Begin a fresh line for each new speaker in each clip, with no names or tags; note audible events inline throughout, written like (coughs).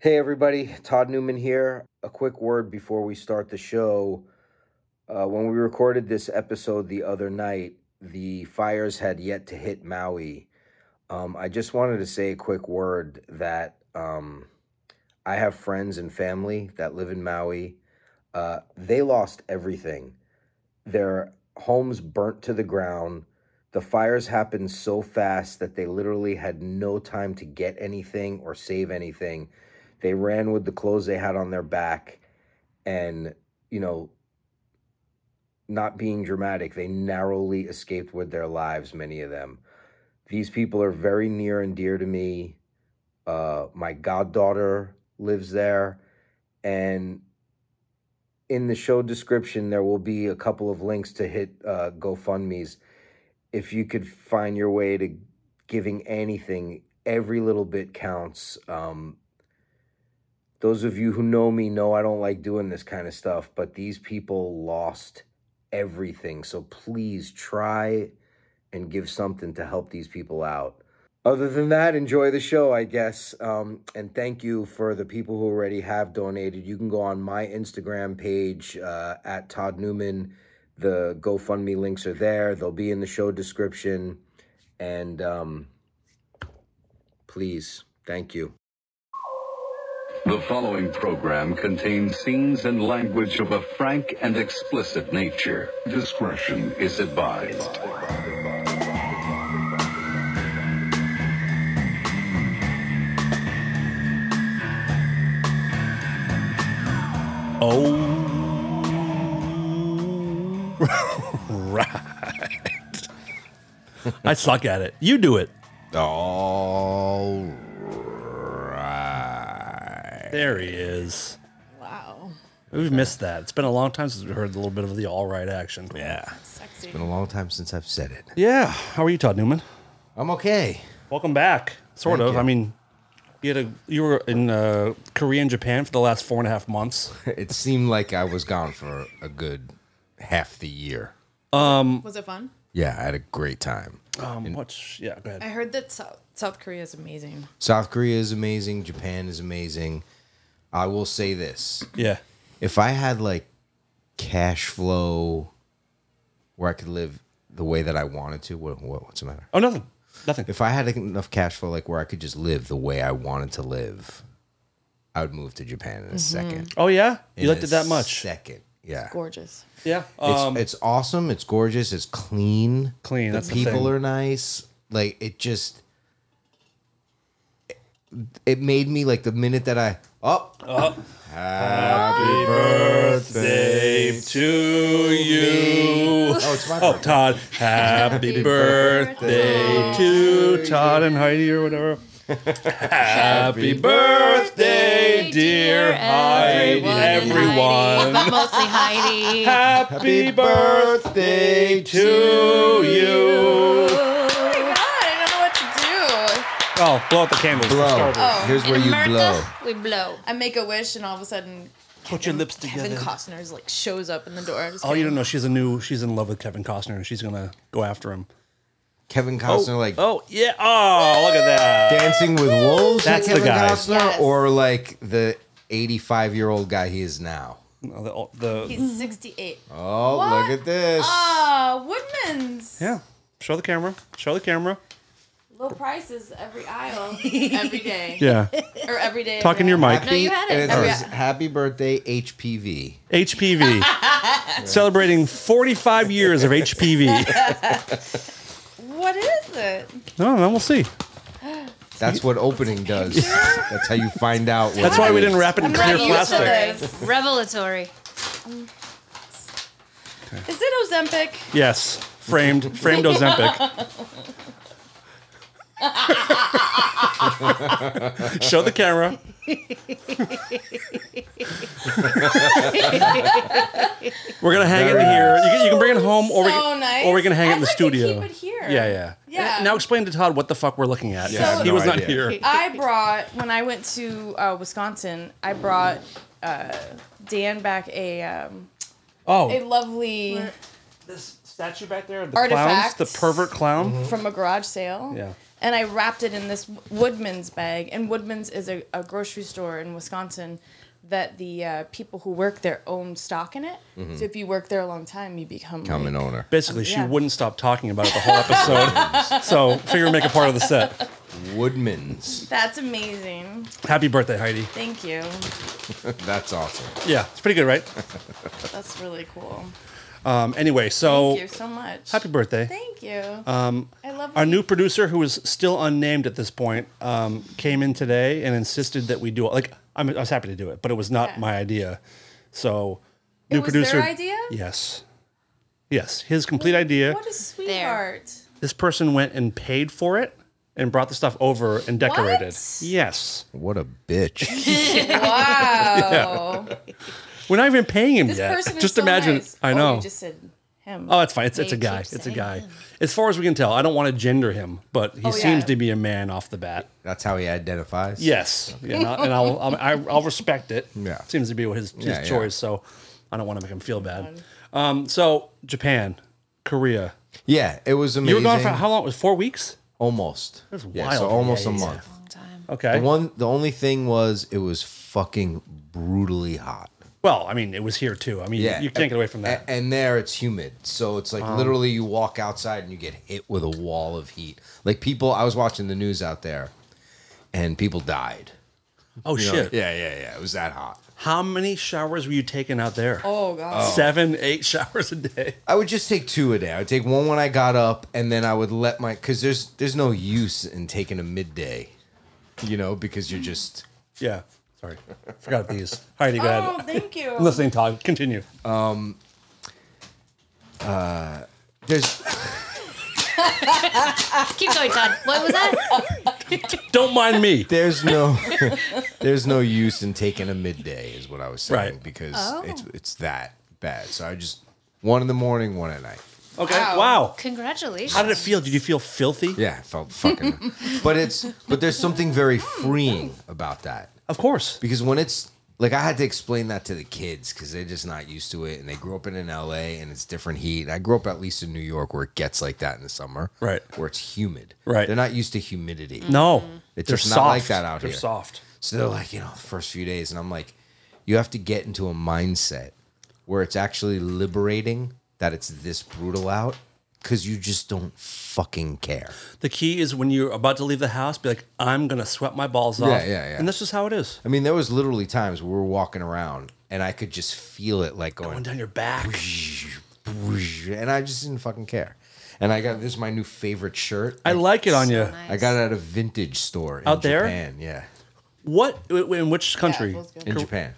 Hey, everybody, Todd Newman here. A quick word before we start the show. Uh, when we recorded this episode the other night, the fires had yet to hit Maui. Um, I just wanted to say a quick word that um, I have friends and family that live in Maui. Uh, they lost everything. Their homes burnt to the ground. The fires happened so fast that they literally had no time to get anything or save anything. They ran with the clothes they had on their back and, you know, not being dramatic, they narrowly escaped with their lives, many of them. These people are very near and dear to me. Uh, my goddaughter lives there. And in the show description, there will be a couple of links to hit uh, GoFundMe's. If you could find your way to giving anything, every little bit counts. Um, those of you who know me know I don't like doing this kind of stuff, but these people lost everything. So please try and give something to help these people out. Other than that, enjoy the show, I guess. Um, and thank you for the people who already have donated. You can go on my Instagram page uh, at Todd Newman. The GoFundMe links are there, they'll be in the show description. And um, please, thank you.
The following program contains scenes and language of a frank and explicit nature. Discretion is advised.
Oh, right. I suck at it. You do it.
All right.
There he is.
Wow.
We've missed that. It's been a long time since we heard a little bit of the all right action.
Yeah.
Sexy.
Been a long time since I've said it.
Yeah. How are you, Todd Newman?
I'm okay.
Welcome back. Sort
Thank
of.
you.
I mean, you had a you were in uh, Korea and Japan for the last four and a half months.
(laughs) It seemed like I was gone for a good half the year.
Mm.
Was it fun?
Yeah, I had a great time.
Um, what's yeah? Go
I
ahead.
heard that South, South Korea is amazing.
South Korea is amazing. Japan is amazing. I will say this
Yeah.
if I had like cash flow where I could live the way that I wanted to, what, what, what's the matter?
Oh, nothing. Nothing.
If I had enough cash flow like where I could just live the way I wanted to live, I would move to Japan in a second.
oh yeah.
in
You liked
a
it that much.
Second, yeah.
Gorgeous.
Yeah.
It's,
Um,
it's awesome. It's gorgeous. It's clean.
Clean,
The
that's the
people
thing.
are nice. Like it just. It made me like the minute that I oh happy birthday
to you.
oh it's my
(laughs) Oh,
birthday.
Todd, happy birthday to Todd and Heidi or whatever. Happy birthday, dear Heidi, everyone.
But mostly (laughs) Heidi.
Happy birthday to you.
oh my god, I don't know what to do.
Oh, blow out the candles. for
blow
starters.
Oh,
here's where
in
you
America,
blow
We blow. I make a wish, and all of a sudden,
Put your lips
Kevin
together.
Costner's like shows up in the door. I'm just
Oh, you don't
kidding.
know. She's a new. She's in love with Kevin Costner, and she's gonna go after him.
Kevin Costner like
Oh yeah. Oh, look at that.
Dancing with Wolves
That's the
with Kevin
guy.
Costner
Yes.
or like the eighty five year old guy he is now
Oh, The, the
He's 68.
oh
What?
look at this
Ah, Woodman's.
yeah. Show the camera. Show the camera.
Low prices every aisle.
(laughs) Every day.
(laughs) Yeah.
Or every day.
Talk in your mic.
happy
No, you had it.
and it
Oh,
says,
yeah.
happy birthday HPV
(laughs)
HPV. Celebrating 45 years of HPV. I
(laughs) What is it?
don't know. Oh, We'll see.
That's what opening does.
(laughs)
That's how you find out. What
That's why we didn't wrap it in clear
Right, you
plastic.
said it.
Revelatory.
Is it Ozempic?
Yes. Framed. Framed
(laughs)
Ozempic. Show the camera. We're gonna hang it here. You can, you can bring it home, or we
So
can,
Oh, nice.
or we're gonna hang it in
I'd
the
like to
studio.
keep it here.
Yeah, yeah,
Yeah.
Now explain to Todd what the fuck we're looking at.
Yeah, I have
he
no
was not
idea.
here.
I brought when I went to uh, Wisconsin. I brought uh, Dan back a um,
Oh,
a lovely
this statue back there, the
Artifacts. Mm-hmm.
clowns, the pervert clown.
from a garage sale.
Yeah.
and I wrapped it in this Woodman's bag. And Woodman's is a, a grocery store in Wisconsin that the uh, people who work there own stock in it. So if you work there a long time, you become
I'm an
like-
owner.
Basically, she
Yeah.
wouldn't stop talking about it the whole episode. so figure make a part of the set.
Woodman's.
That's amazing.
Happy birthday, Heidi.
Thank you.
That's awesome.
Yeah, it's pretty good, right?
That's really cool.
Um, anyway,
Thank
so
you so much.
happy birthday.
Thank you. Um, I love
Our
when
new producer, who is still unnamed at this point, um, came in today and insisted that we do it. Like I'm, I was happy to do it, but it was not
Yeah.
my idea. So,
It was their idea?
Yes, yes, his complete idea.
What a sweetheart.
This person went and paid for it and brought the stuff over and decorated.
What?
Yes,
What a
(laughs)
bitch.
Wow.
we're not even paying him
This
yet.
person is
just
so
imagine.
nice.
I
Oh,
know.
you just said him.
Oh, that's fine. It's, it's a
They
guy.
keep
It's a
saying
guy. As far as we can tell, I don't want to gender him, but he
Oh, yeah.
seems to be a man off the bat.
That's how he identifies.
Yes, yeah, and, I, and I'll, I'll I- I'll respect it.
Yeah.
seems to be his, his
Yeah, yeah.
choice. So I don't want to make him feel bad. Um, so Japan, Korea,
Yeah, it was amazing.
you were gone for how long? It was four weeks.
Almost.
That's
yeah,
wild.
so almost a
Yeah, yeah,
month.
Long time.
Okay.
The one the only thing was it was fucking brutally hot.
well, I mean, it was here too. I mean, you can't get away from that. Oh.
A- And there it's humid. So it's like literally you walk outside and you get hit with a wall of heat. Like people I was watching the news out there and people died.
oh
eh, You know,
shit!
Yeah, yeah, yeah. It was that hot.
How many showers were you taking out there?
Oh, God.
Seven, eight showers a day.
I would just take two a day. I would take one when I got up, and then I would let my because there's there's no use in taking a midday, you know, because you're just
Yeah. Sorry, forgot these. Heidi, go ahead.
Oh, thank you.
I'm listening, Todd. Continue.
there's
Keep going, Todd. What
(laughs)
was that?
Don't mind me.
there's no (laughs) there's no use in taking a midday is what I was saying
Right.
because it's it's that bad. So I just one in the morning, one at night.
Okay. Wow.
Congratulations.
How did it feel? Did you feel filthy?
Yeah, I felt fucking. but it's but there's something very freeing about that.
Of course.
because when it's like I had to explain that to the kids because they're just not used to it, and they grew up in, in L.A. and it's different heat. I grew up at least in New York where it gets like that in the summer,
Right.
Where it's humid,
Right.
They're not used to humidity,
No.
Mm.
It's
They're
just not like
soft.
that out
They're
here.
soft.
So they're like, you know, the first few days, and I'm like, you have to get into a mindset where it's actually liberating that it's this brutal out because you just don't fucking care.
The key is when you're about to leave the house, be like, I'm gonna sweat my balls off.
yeah, yeah.
And this is how it is.
I mean, there was literally times we were walking around and I could just feel it like
Going
going
down your back.
and I just didn't fucking care. And I got this is my new favorite shirt.
I like it on you.
nice.
I got it at a vintage store in
Out there?
Japan. Yeah,
What? In which country?
Yeah, it feels good.
in Japan.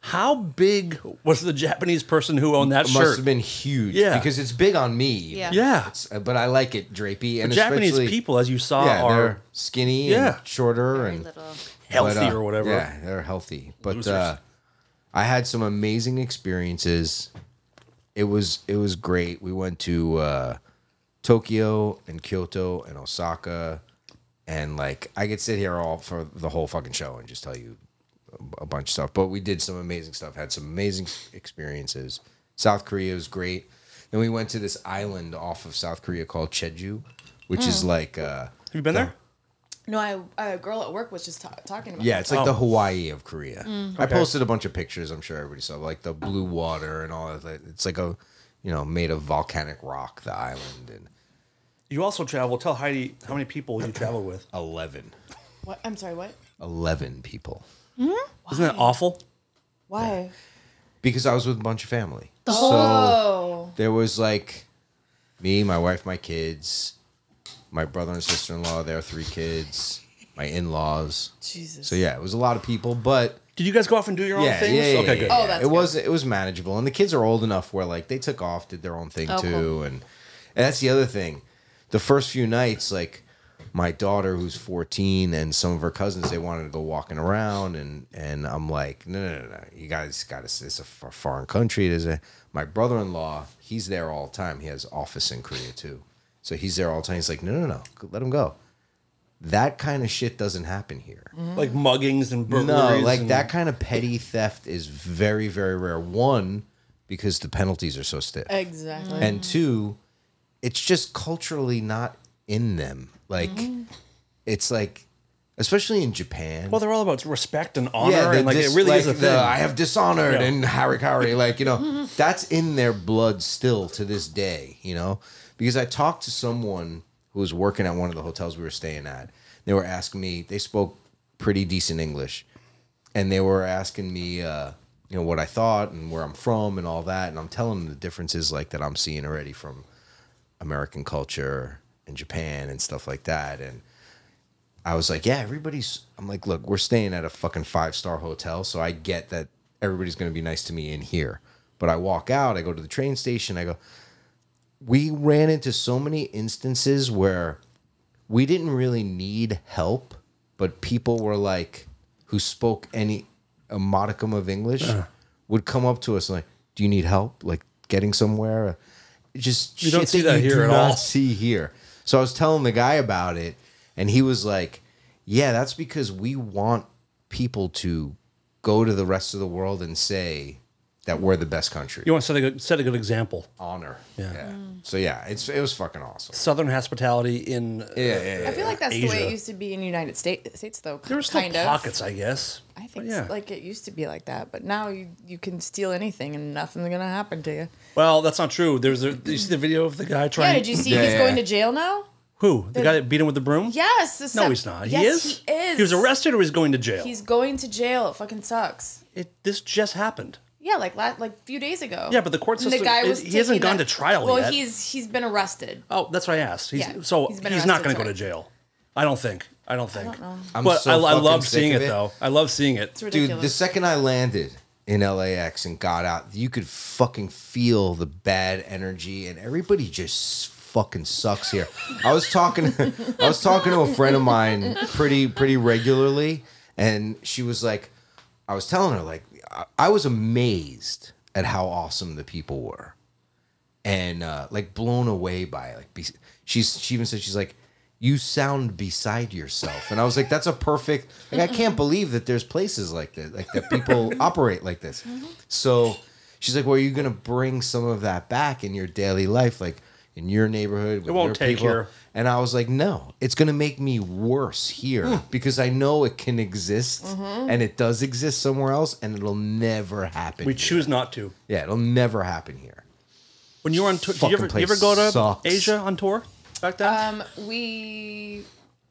how big was the Japanese person who owned that
It
shirt?
must have been huge.
Yeah.
because it's big on me.
Yeah.
yeah.
It's- uh, but I like it drapey and
Japanese
especially-
people, as you saw,
Yeah,
are
they're skinny.
Yeah.
and shorter and
Little.
healthy
but, uh,
or whatever.
Yeah, they're healthy. But
Losers.
uh, I had some amazing experiences. It was it was great. We went to uh, Tokyo and Kyoto and Osaka, and like I could sit here all for the whole fucking show and just tell you a- a bunch of stuff. But we did some amazing stuff. Had some amazing experiences. South Korea was great. Then we went to this island off of South Korea called Jeju, which is
Mm.
like uh,
Have you been there?
No, I a girl at work was just ta- talking about.
Yeah,
it.
it's like the Hawaii of Korea. I posted a bunch of pictures. I'm sure everybody saw, like the blue water and all that. It's like a, you know, made of volcanic rock. The island and
You also travel. Tell Heidi how many people you travel
(laughs)
with.
eleven,
What? I'm sorry. What?
eleven people.
Isn't that awful?
Why?
Because I was with a bunch of family. So there was like me, my wife, my kids, my brother and sister in law. Their three kids, my in laws.
Jesus.
So yeah, it was a lot of people, but.
Did you guys go off and do your own
yeah,
things?
Yeah, yeah,
okay,
yeah,
good.
yeah.
Oh, that's
it was it was manageable, and the kids are old enough where like they took off, did their own thing
Oh,
too,
cool.
and, and that's the other thing. The first few nights, like my daughter who's fourteen and some of her cousins, they wanted to go walking around, and and I'm like, no, no, no, no. you guys got to. It's a f- foreign country. There's a my brother in law. He's there all the time. He has office in Korea too, so he's there all the time. He's like, no, no, no, let him go. That kind of shit doesn't happen here.
Oh.
Like muggings and
No,
burglaries.
like
and-
that kind of petty theft is very, very rare. One, because the penalties are so stiff,
Exactly.
and two, it's just culturally not in them. Like, it's like, especially in Japan.
Well, they're all about respect and honor,
the
and like
dis-
it really is a
like
thing.
the, I have dishonored
Yeah.
and harikari, like you know, (laughs) that's in their blood still to this day. You know, because I talked to someone who was working at one of the hotels we were staying at. They were asking me. They spoke pretty decent English, and they were asking me, uh, you know, what I thought and where I'm from and all that. And I'm telling them the differences like that I'm seeing already from American culture and Japan and stuff like that. And I was like, yeah, everybody's. I'm like, look, we're staying at a fucking five star hotel, so I get that everybody's going to be nice to me in here. But I walk out, I go to the train station, I go. We ran into so many instances where we didn't really need help, but people were like, who spoke any a modicum of English, would come up to us like, "Do you need help? Like getting somewhere?" Just
You don't
shit
see that
you
here
do
at all.
not see here. So I was telling the guy about it, and he was like, "Yeah, that's because we want people to go to the rest of the world and say that we're the best country."
you want to set a good, set a good example.
Honor. Yeah. So yeah, it's it was fucking awesome.
Southern hospitality in uh,
Yeah, yeah,
I
yeah.
feel like that's the way
Asia.
it used to be in the United States, States though.
there were still
kind of.
pockets, I guess.
I
But
think s- like it used to be like that, but now you, you can steal anything and nothing's gonna happen to you.
Well, that's not true. There's a. Did you see the video of the guy
Yeah,
trying?
did you see
Yeah,
he's
yeah.
going to jail now?
who? The, guy that beat him with the broom?
Yes. the
No,
sep-
he's not. he is.
Yes, He is.
He was arrested or he's going to jail.
He's going to jail. It fucking sucks.
It, this just happened.
Yeah, like la- like a few days ago.
Yeah, but the court
And
system- it- he hasn't
taking
gone
that-
to trial
well,
yet.
he's he's been arrested.
Oh, that's what I asked. He's,
Yeah,
so
he's
he's,
been
not
arrested,
going to go
so-
to jail. I don't think. I don't think.
I'm
but
so
I, I
fucking
love
sick
seeing
of
it,
it.
though. I love seeing it.
It's ridiculous.
Dude, the second I landed in LAX and got out, you could fucking feel the bad energy, and everybody just fucking sucks here. I was talking, (laughs) I was talking to a friend of mine pretty pretty regularly, and she was like, I was telling her like, I, I was amazed at how awesome the people were, and uh, like blown away by it. like be- she's she even said she's like. You sound beside yourself, and I was like, "That's a perfect." Like, I can't believe that there's places like this, like that people operate like this. So she's like, "Well, are you gonna bring some of that back in your daily life, like in your neighborhood?" With
It won't
your
take
people?"
here.
And I was like, no, it's going to make me worse here
Hmm.
because I know it can exist and it does exist somewhere else and it'll never happen.
We
here.
choose not to.
Yeah, it'll never happen here.
When you were on tour, did you
Fucking
ever, you
place
ever go to
sucks.
Asia on tour back then?
Um, we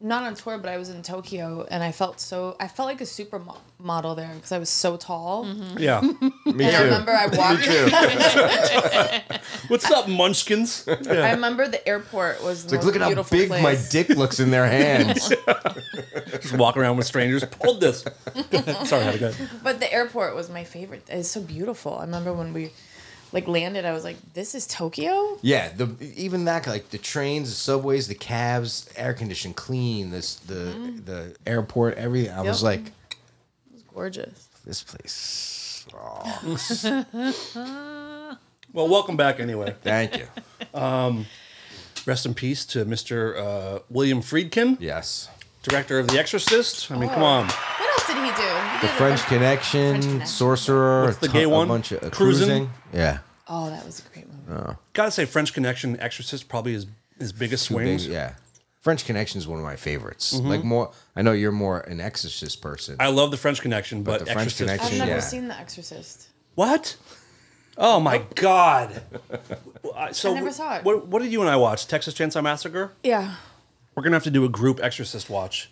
not on tour, but I was in Tokyo, and I felt so I felt like a supermodel there because I was so tall.
yeah.
(laughs)
(laughs) Me
And I remember I walked.
What's up, Munchkins?
I remember the airport was the
Like,
most
look at how
beautiful
big
place.
my dick looks in
(laughs)
their hands.
Just walk around with strangers. Hold this. (laughs) Sorry, had to go.
But the airport was my favorite. It's so beautiful. I remember when we like landed, I was like, "This is Tokyo."
yeah, the even that like the trains, the subways, the cabs, air conditioned, clean, this the the airport, everything. I was
Mm. Yep.
like,
It's gorgeous.
this place.
(laughs)
Well, welcome back anyway.
Thank you.
Rest in peace to Mr. Uh, William Friedkin,
Yes.
director of The Exorcist. I mean, come
Oh.
on.
What else did he do? He
The
did a
French
bunch-
Connection,
French Connection.
Sorcerer,
What's the
a
gay
ton- a
one?
bunch of a
Cruising?
cruising. Yeah.
Oh, that was a great movie.
Gotta say, French Connection, Exorcist, probably his his biggest
Big-
swings.
yeah. French Connection is one of my favorites. Like more, I know you're more an Exorcist person.
Mm-hmm. I love the French Connection, but,
the French
Exorcist.
Connection-
I've never
Yeah.
seen The Exorcist.
What? Oh my God! I- So
I never saw it.
What, what did you and I watch? Texas Chainsaw Massacre.
Yeah.
We're gonna have to do a group Exorcist watch.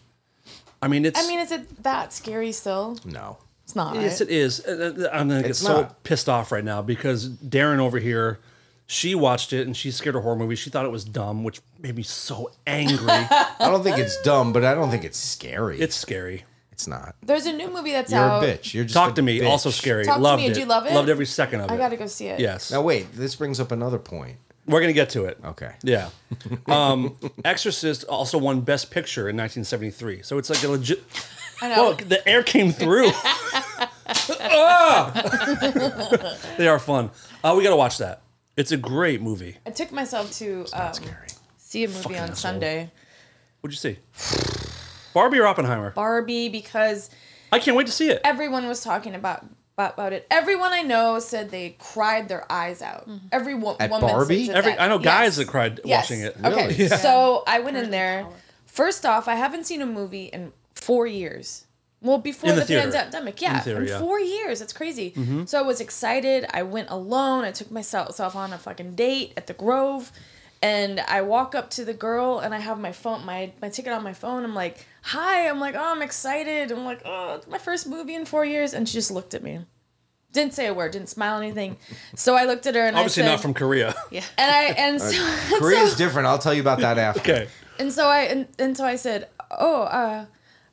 I mean, it's.
I mean, is it that scary still?
no.
It's not.
yes,
right?
it is. Uh, uh, I'm gonna get
It's
so
not.
pissed off right now because Darren over here, she watched it and she's scared of horror movies. She thought it was dumb, which made me so
(laughs)
angry.
I don't think it's dumb, but I don't think it's scary.
it's scary.
it's not.
There's a new movie that's
You're
out.
a bitch. You're just
Talk
a
to me.
bitch.
Also scary.
Talk to
Loved
Me,
it.
did you love it?
Loved every second of it.
I gotta go see it.
Yes.
Now wait, this brings up another point.
We're gonna get to it.
Okay.
Yeah. Um, Exorcist also won Best Picture in 1973, so it's like a legit.
I know.
Well, the air came
(laughs)
through. Ah! they are fun. Uh, we gotta watch that. It's a great movie.
I took myself to um, see a movie on Sunday.
What'd you see? Barbie or Oppenheimer?
Barbie because
I can't wait to see it.
everyone was talking about about, about it. Everyone I know said they cried their eyes out. Every wo-
At
woman
Barbie?
said
Mm-hmm. Every
that.
I know guys
Yes.
that cried
Yes.
watching it.
Okay,
Really?
so I went in there First off, I haven't seen a movie in four years. Well, before
In the
the,
theater.
pandemic, yeah,
In
in,
theater, yeah. Mm-hmm.
four years, it's crazy. So I was excited. I went alone. I took myself self on a fucking date at the Grove, and I walk up to the girl, and I have my phone, my my ticket on my phone. I'm like, "Hi," I'm like, "Oh, I'm excited." I'm like, "Oh, it's my first movie in four years," and she just looked at me. Didn't say a word, didn't smile anything. So I looked at her and
Obviously
I said,
not from Korea.
(laughs) and I and so (laughs)
Korea's different. I'll tell you about that after.
(laughs) okay.
and so I and, and so I said, oh, uh,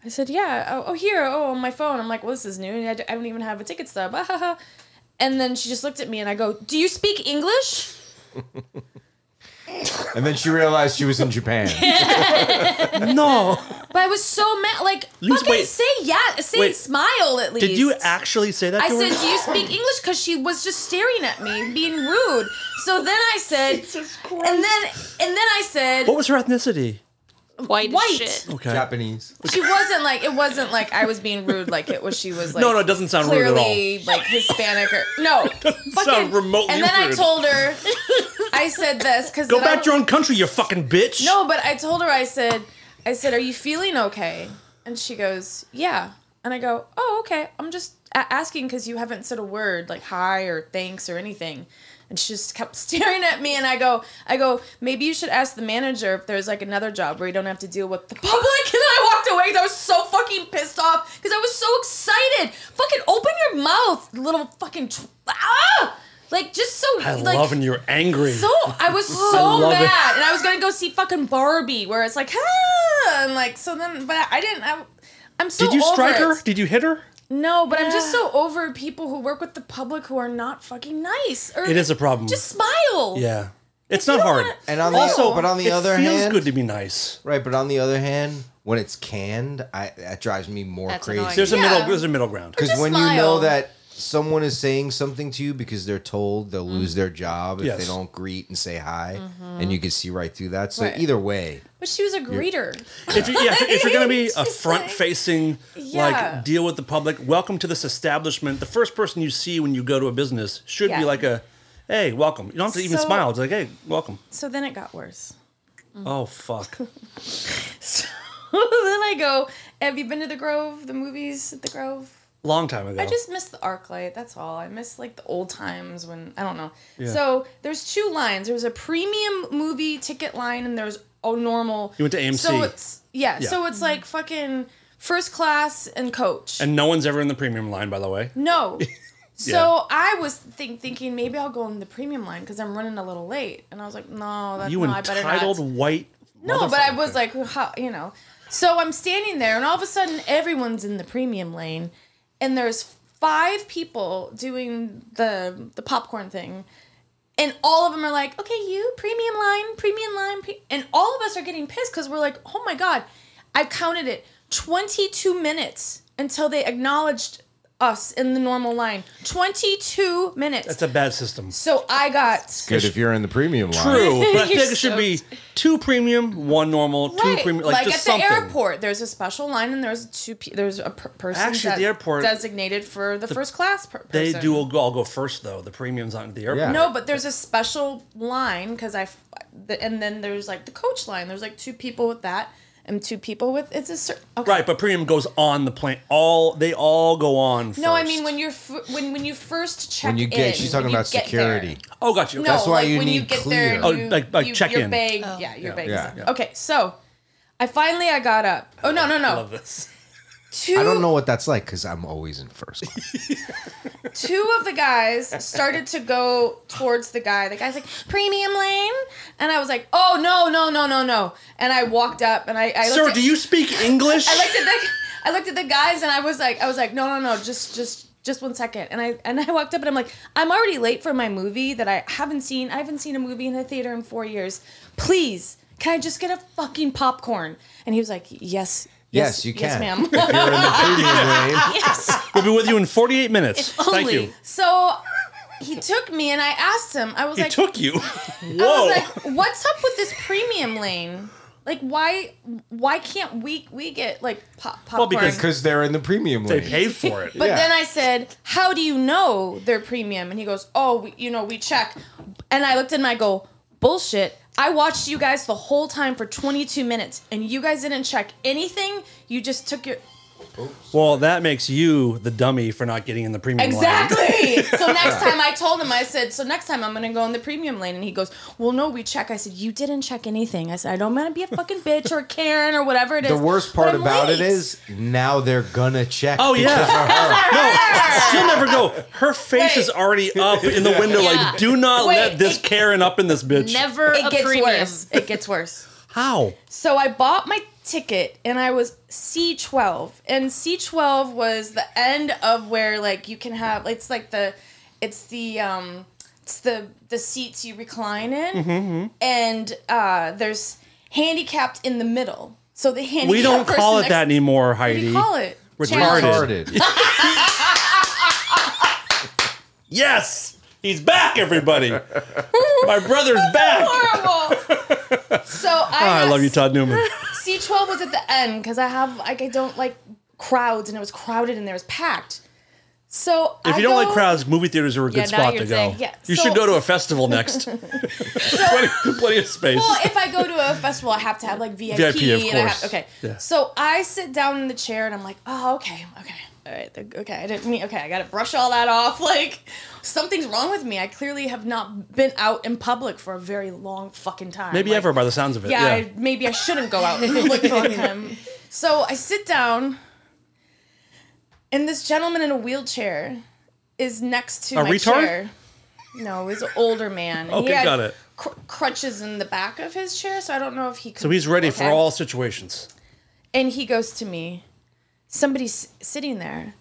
I said, yeah, oh, oh here, oh, on my phone. I'm like, well, this is new, and I, d- I don't even have a ticket stub. (laughs) Ah, ha, ha. And then she just looked at me, and I go, do you speak English?
And then she realized she was in
(laughs)
Japan.
No.
But I was so mad, like,
Lisa,
fucking
wait.
say yeah, say
Wait.
smile at least.
Did you actually say that
I
to her?
said, do you speak English? Because she was just staring at me, being rude. So then I said, and then and then I said,
what was her ethnicity?
White, as
White.
shit.
Okay.
Japanese.
she wasn't like it wasn't like I was being rude. Like it was she was like
No, no, it doesn't sound rude at all.
clearly like Hispanic or no
(laughs)
fucking-
remotely
And then I
rude. (laughs)
told her I said this because
Go back to your own country, you fucking bitch.
no, but I told her I said I said Are you feeling okay? And she goes Yeah. And I go Oh okay. I'm just a- asking because you haven't said a word like hi or thanks or anything. And she just kept (laughs) staring at me, and I go, I go. Maybe you should ask the manager if there's like another job where you don't have to deal with the (laughs) public. And then I walked away because I was so fucking pissed off because I was so excited. Fucking open your mouth, little fucking tw- ah! Like just so.
I
like,
love when you're angry.
so I
(laughs)
was so
love it.
mad, and I was gonna go see fucking Barbie, where it's like, ah, and like so then, but I didn't. I, I'm so.
Did you
over
strike her?
it.
Did you hit her?
No, but I'm just so over people who work with the public who are not fucking nice. Or
It is a problem.
Just smile.
Yeah. It's
you
not
don't
hard.
wanna-
And on
Also,
the, but on the
it
other
feels
hand,
good to be nice.
right? But on the other hand, when it's canned, I that drives me more
That's annoying.
crazy.
There's a
Yeah.
middle. There's a middle ground.
Because
Just
when you know
smile.
that someone is saying something to you because they're told
Mm.
they'll lose their job if
Yes.
they don't greet and say hi, and you can see right through that. So
Mm-hmm. Right.
either way,
But she was a greeter.
If, you, yeah, if, if you're gonna be a
Just like-
front-facing,
Yeah.
like deal with the public, welcome to this establishment. The first person you see when you go to a business should be
Yeah.
like a, hey, welcome. You don't have to even
So- Mm.
smile. It's like, hey, welcome.
So then it got worse. (laughs)
Oh fuck.
So then I go, Have you been to the Grove? The movies at the Grove?
Long time ago.
I just miss the arc light. That's all. I miss like the old times when I don't know. So there's two lines. There's a premium movie ticket line, and there's a normal.
You went to AMC.
So it's yeah.
Yeah.
So it's like fucking first class and coach.
and no one's ever in the premium line, by the way.
no.
(laughs) Yeah.
So I was think, thinking maybe I'll go in the premium line because I'm running a little late, and I was like, no, that's
You
no, I better
entitled
not.
white.
No, but I
motherfucker.
was like, how, you know. So I'm standing there, and all of a sudden, everyone's in the premium lane, and there's five people doing the the popcorn thing, and all of them are like, "Okay, you premium line, premium line," pre-, and all of us are getting pissed because we're like, "Oh my god!" I counted it, 22 minutes until they acknowledged us in the normal line. 22 minutes.
That's a bad system.
so I got
good if you're in the premium line.
True, but I
(laughs) You're
think it should be two premium, one normal, two
Right,
premium, like,
like,
just
at the
something.
airport, there's a special line, and there's two. Pe- there's a per- person
Actually, at
that-
the airport,
designated for the, first class per- person.
They do all go, all go first though. The premiums on the airport.
Yeah.
No, but there's a special line because I, f- the, and then there's like the coach line. There's like two people with that, and two people with it's a cer- okay.
Right, but premium goes on the plane. All they all go on. First.
No, I mean when you're f- when when you first check
When you get,
in,
she's talking
when you
about
get
security.
there.
oh, got you.
No,
That's why
like
you
when you
need
get
clear.
there, and
Oh,
you,
like- like
you-
check
your
in.
Bag, Yeah, your bag.
Yeah.
is- Okay, so I finally I got up. Oh no no
I love
no!
this.
Two
I don't know what that's like because I'm always in first class.
two of the guys started to go towards the guy. The guy's like, premium lane? And I was like, oh, no, no, no, no, no. And I walked up and I, I looked
Sir,
at,
do you speak English?
I looked at the I looked at the guys and I was like, I was like, no, no, no, just just just one second. And I and I walked up and I'm like, I'm already late for my movie that I haven't seen. I haven't seen a movie in a theater in four years. Please, can I just get a fucking popcorn? And he was like, Yes.
Yes, you
Yes,
can.
ma'am.
You're in the
(laughs)
premium
(laughs)
lane.
yes.
(laughs) we'll be with you in 48 minutes. Thank
only.
you.
So he took me and I asked him, I was
He
like,
took you.
I
(laughs) Whoa.
was like, what's up with this premium lane? Like why why can't we we get like pop popcorn?
because-
Because they're in the premium
they
lane.
paid for
(laughs)
it.
but
yeah.
then I said, "How do you know they're premium?" And he goes, "Oh, we, you know, we check." And I looked at him. I go, "Bullshit! I watched you guys the whole time for 22 minutes, and you guys didn't check anything. You just took your
Well, that makes you the dummy for not getting in the premium line.
Exactly.
(laughs)
so next time I told him, I said, "So next time I'm gonna go in the premium lane." And he goes, "Well, no, we check." I said, "You didn't check anything." I said, "I don't want to be a fucking bitch or Karen or whatever it is."
The worst
but
part
I'm
about it
late."
is now they're gonna check.
Oh yeah. (laughs) no, she'll never go. Her face
Wait.
is already up in the window.
Yeah.
Like, do not
Wait,
let this
it-
Karen up in this bitch.
Never a
it gets
premium.
worse. It gets worse.
How?
So I bought my ticket and I was C12. And C12 was the end of where like you can have it's like the it's the um it's the the seats you recline in
Mm-hmm,
and uh there's handicapped in the middle. So the handicapped
We don't call
person
it that
next-
anymore,
What do
Heidi.
you call it?
Retarded.
Retarded.
(laughs)
Challenge.
Yes, he's back,
(laughs)
everybody. My brother's back.
Horrible.
(laughs)
so I,
Ah, I
got
love you, Todd Newman.
C twelve was at the end because I have like I don't like crowds and it was crowded and there was packed. So
If
I
you don't like
go-
crowds, movie theaters are a good
Yeah, now
spot
you're
to go.
saying-
yeah,
You
so-
should go to a festival
(laughs)
next. (laughs) plenty, plenty of space.
Well, if I go to a festival, I have to have like VIP.
VIP, of
and I have,
course.
okay.
Yeah.
So I sit down in the chair and I'm like, oh, okay, okay, all right, the- okay. I didn't mean, okay, I gotta brush all that off. (laughs) Like, something's wrong with me. I clearly have not been out in public for a very long fucking time.
Maybe
Like,
ever by the sounds of it.
yeah,
Yeah.
I, maybe I shouldn't go out and look
(laughs)
for him. So I sit down, and this gentleman in a wheelchair is next to
A
my
retard?
chair. No, he's an older man. and
Okay, got it.
Cr- crutches in the back of his chair, so I don't know if he. Could,
So he's ready for
Okay.
all situations.
And he goes to me, somebody's sitting there,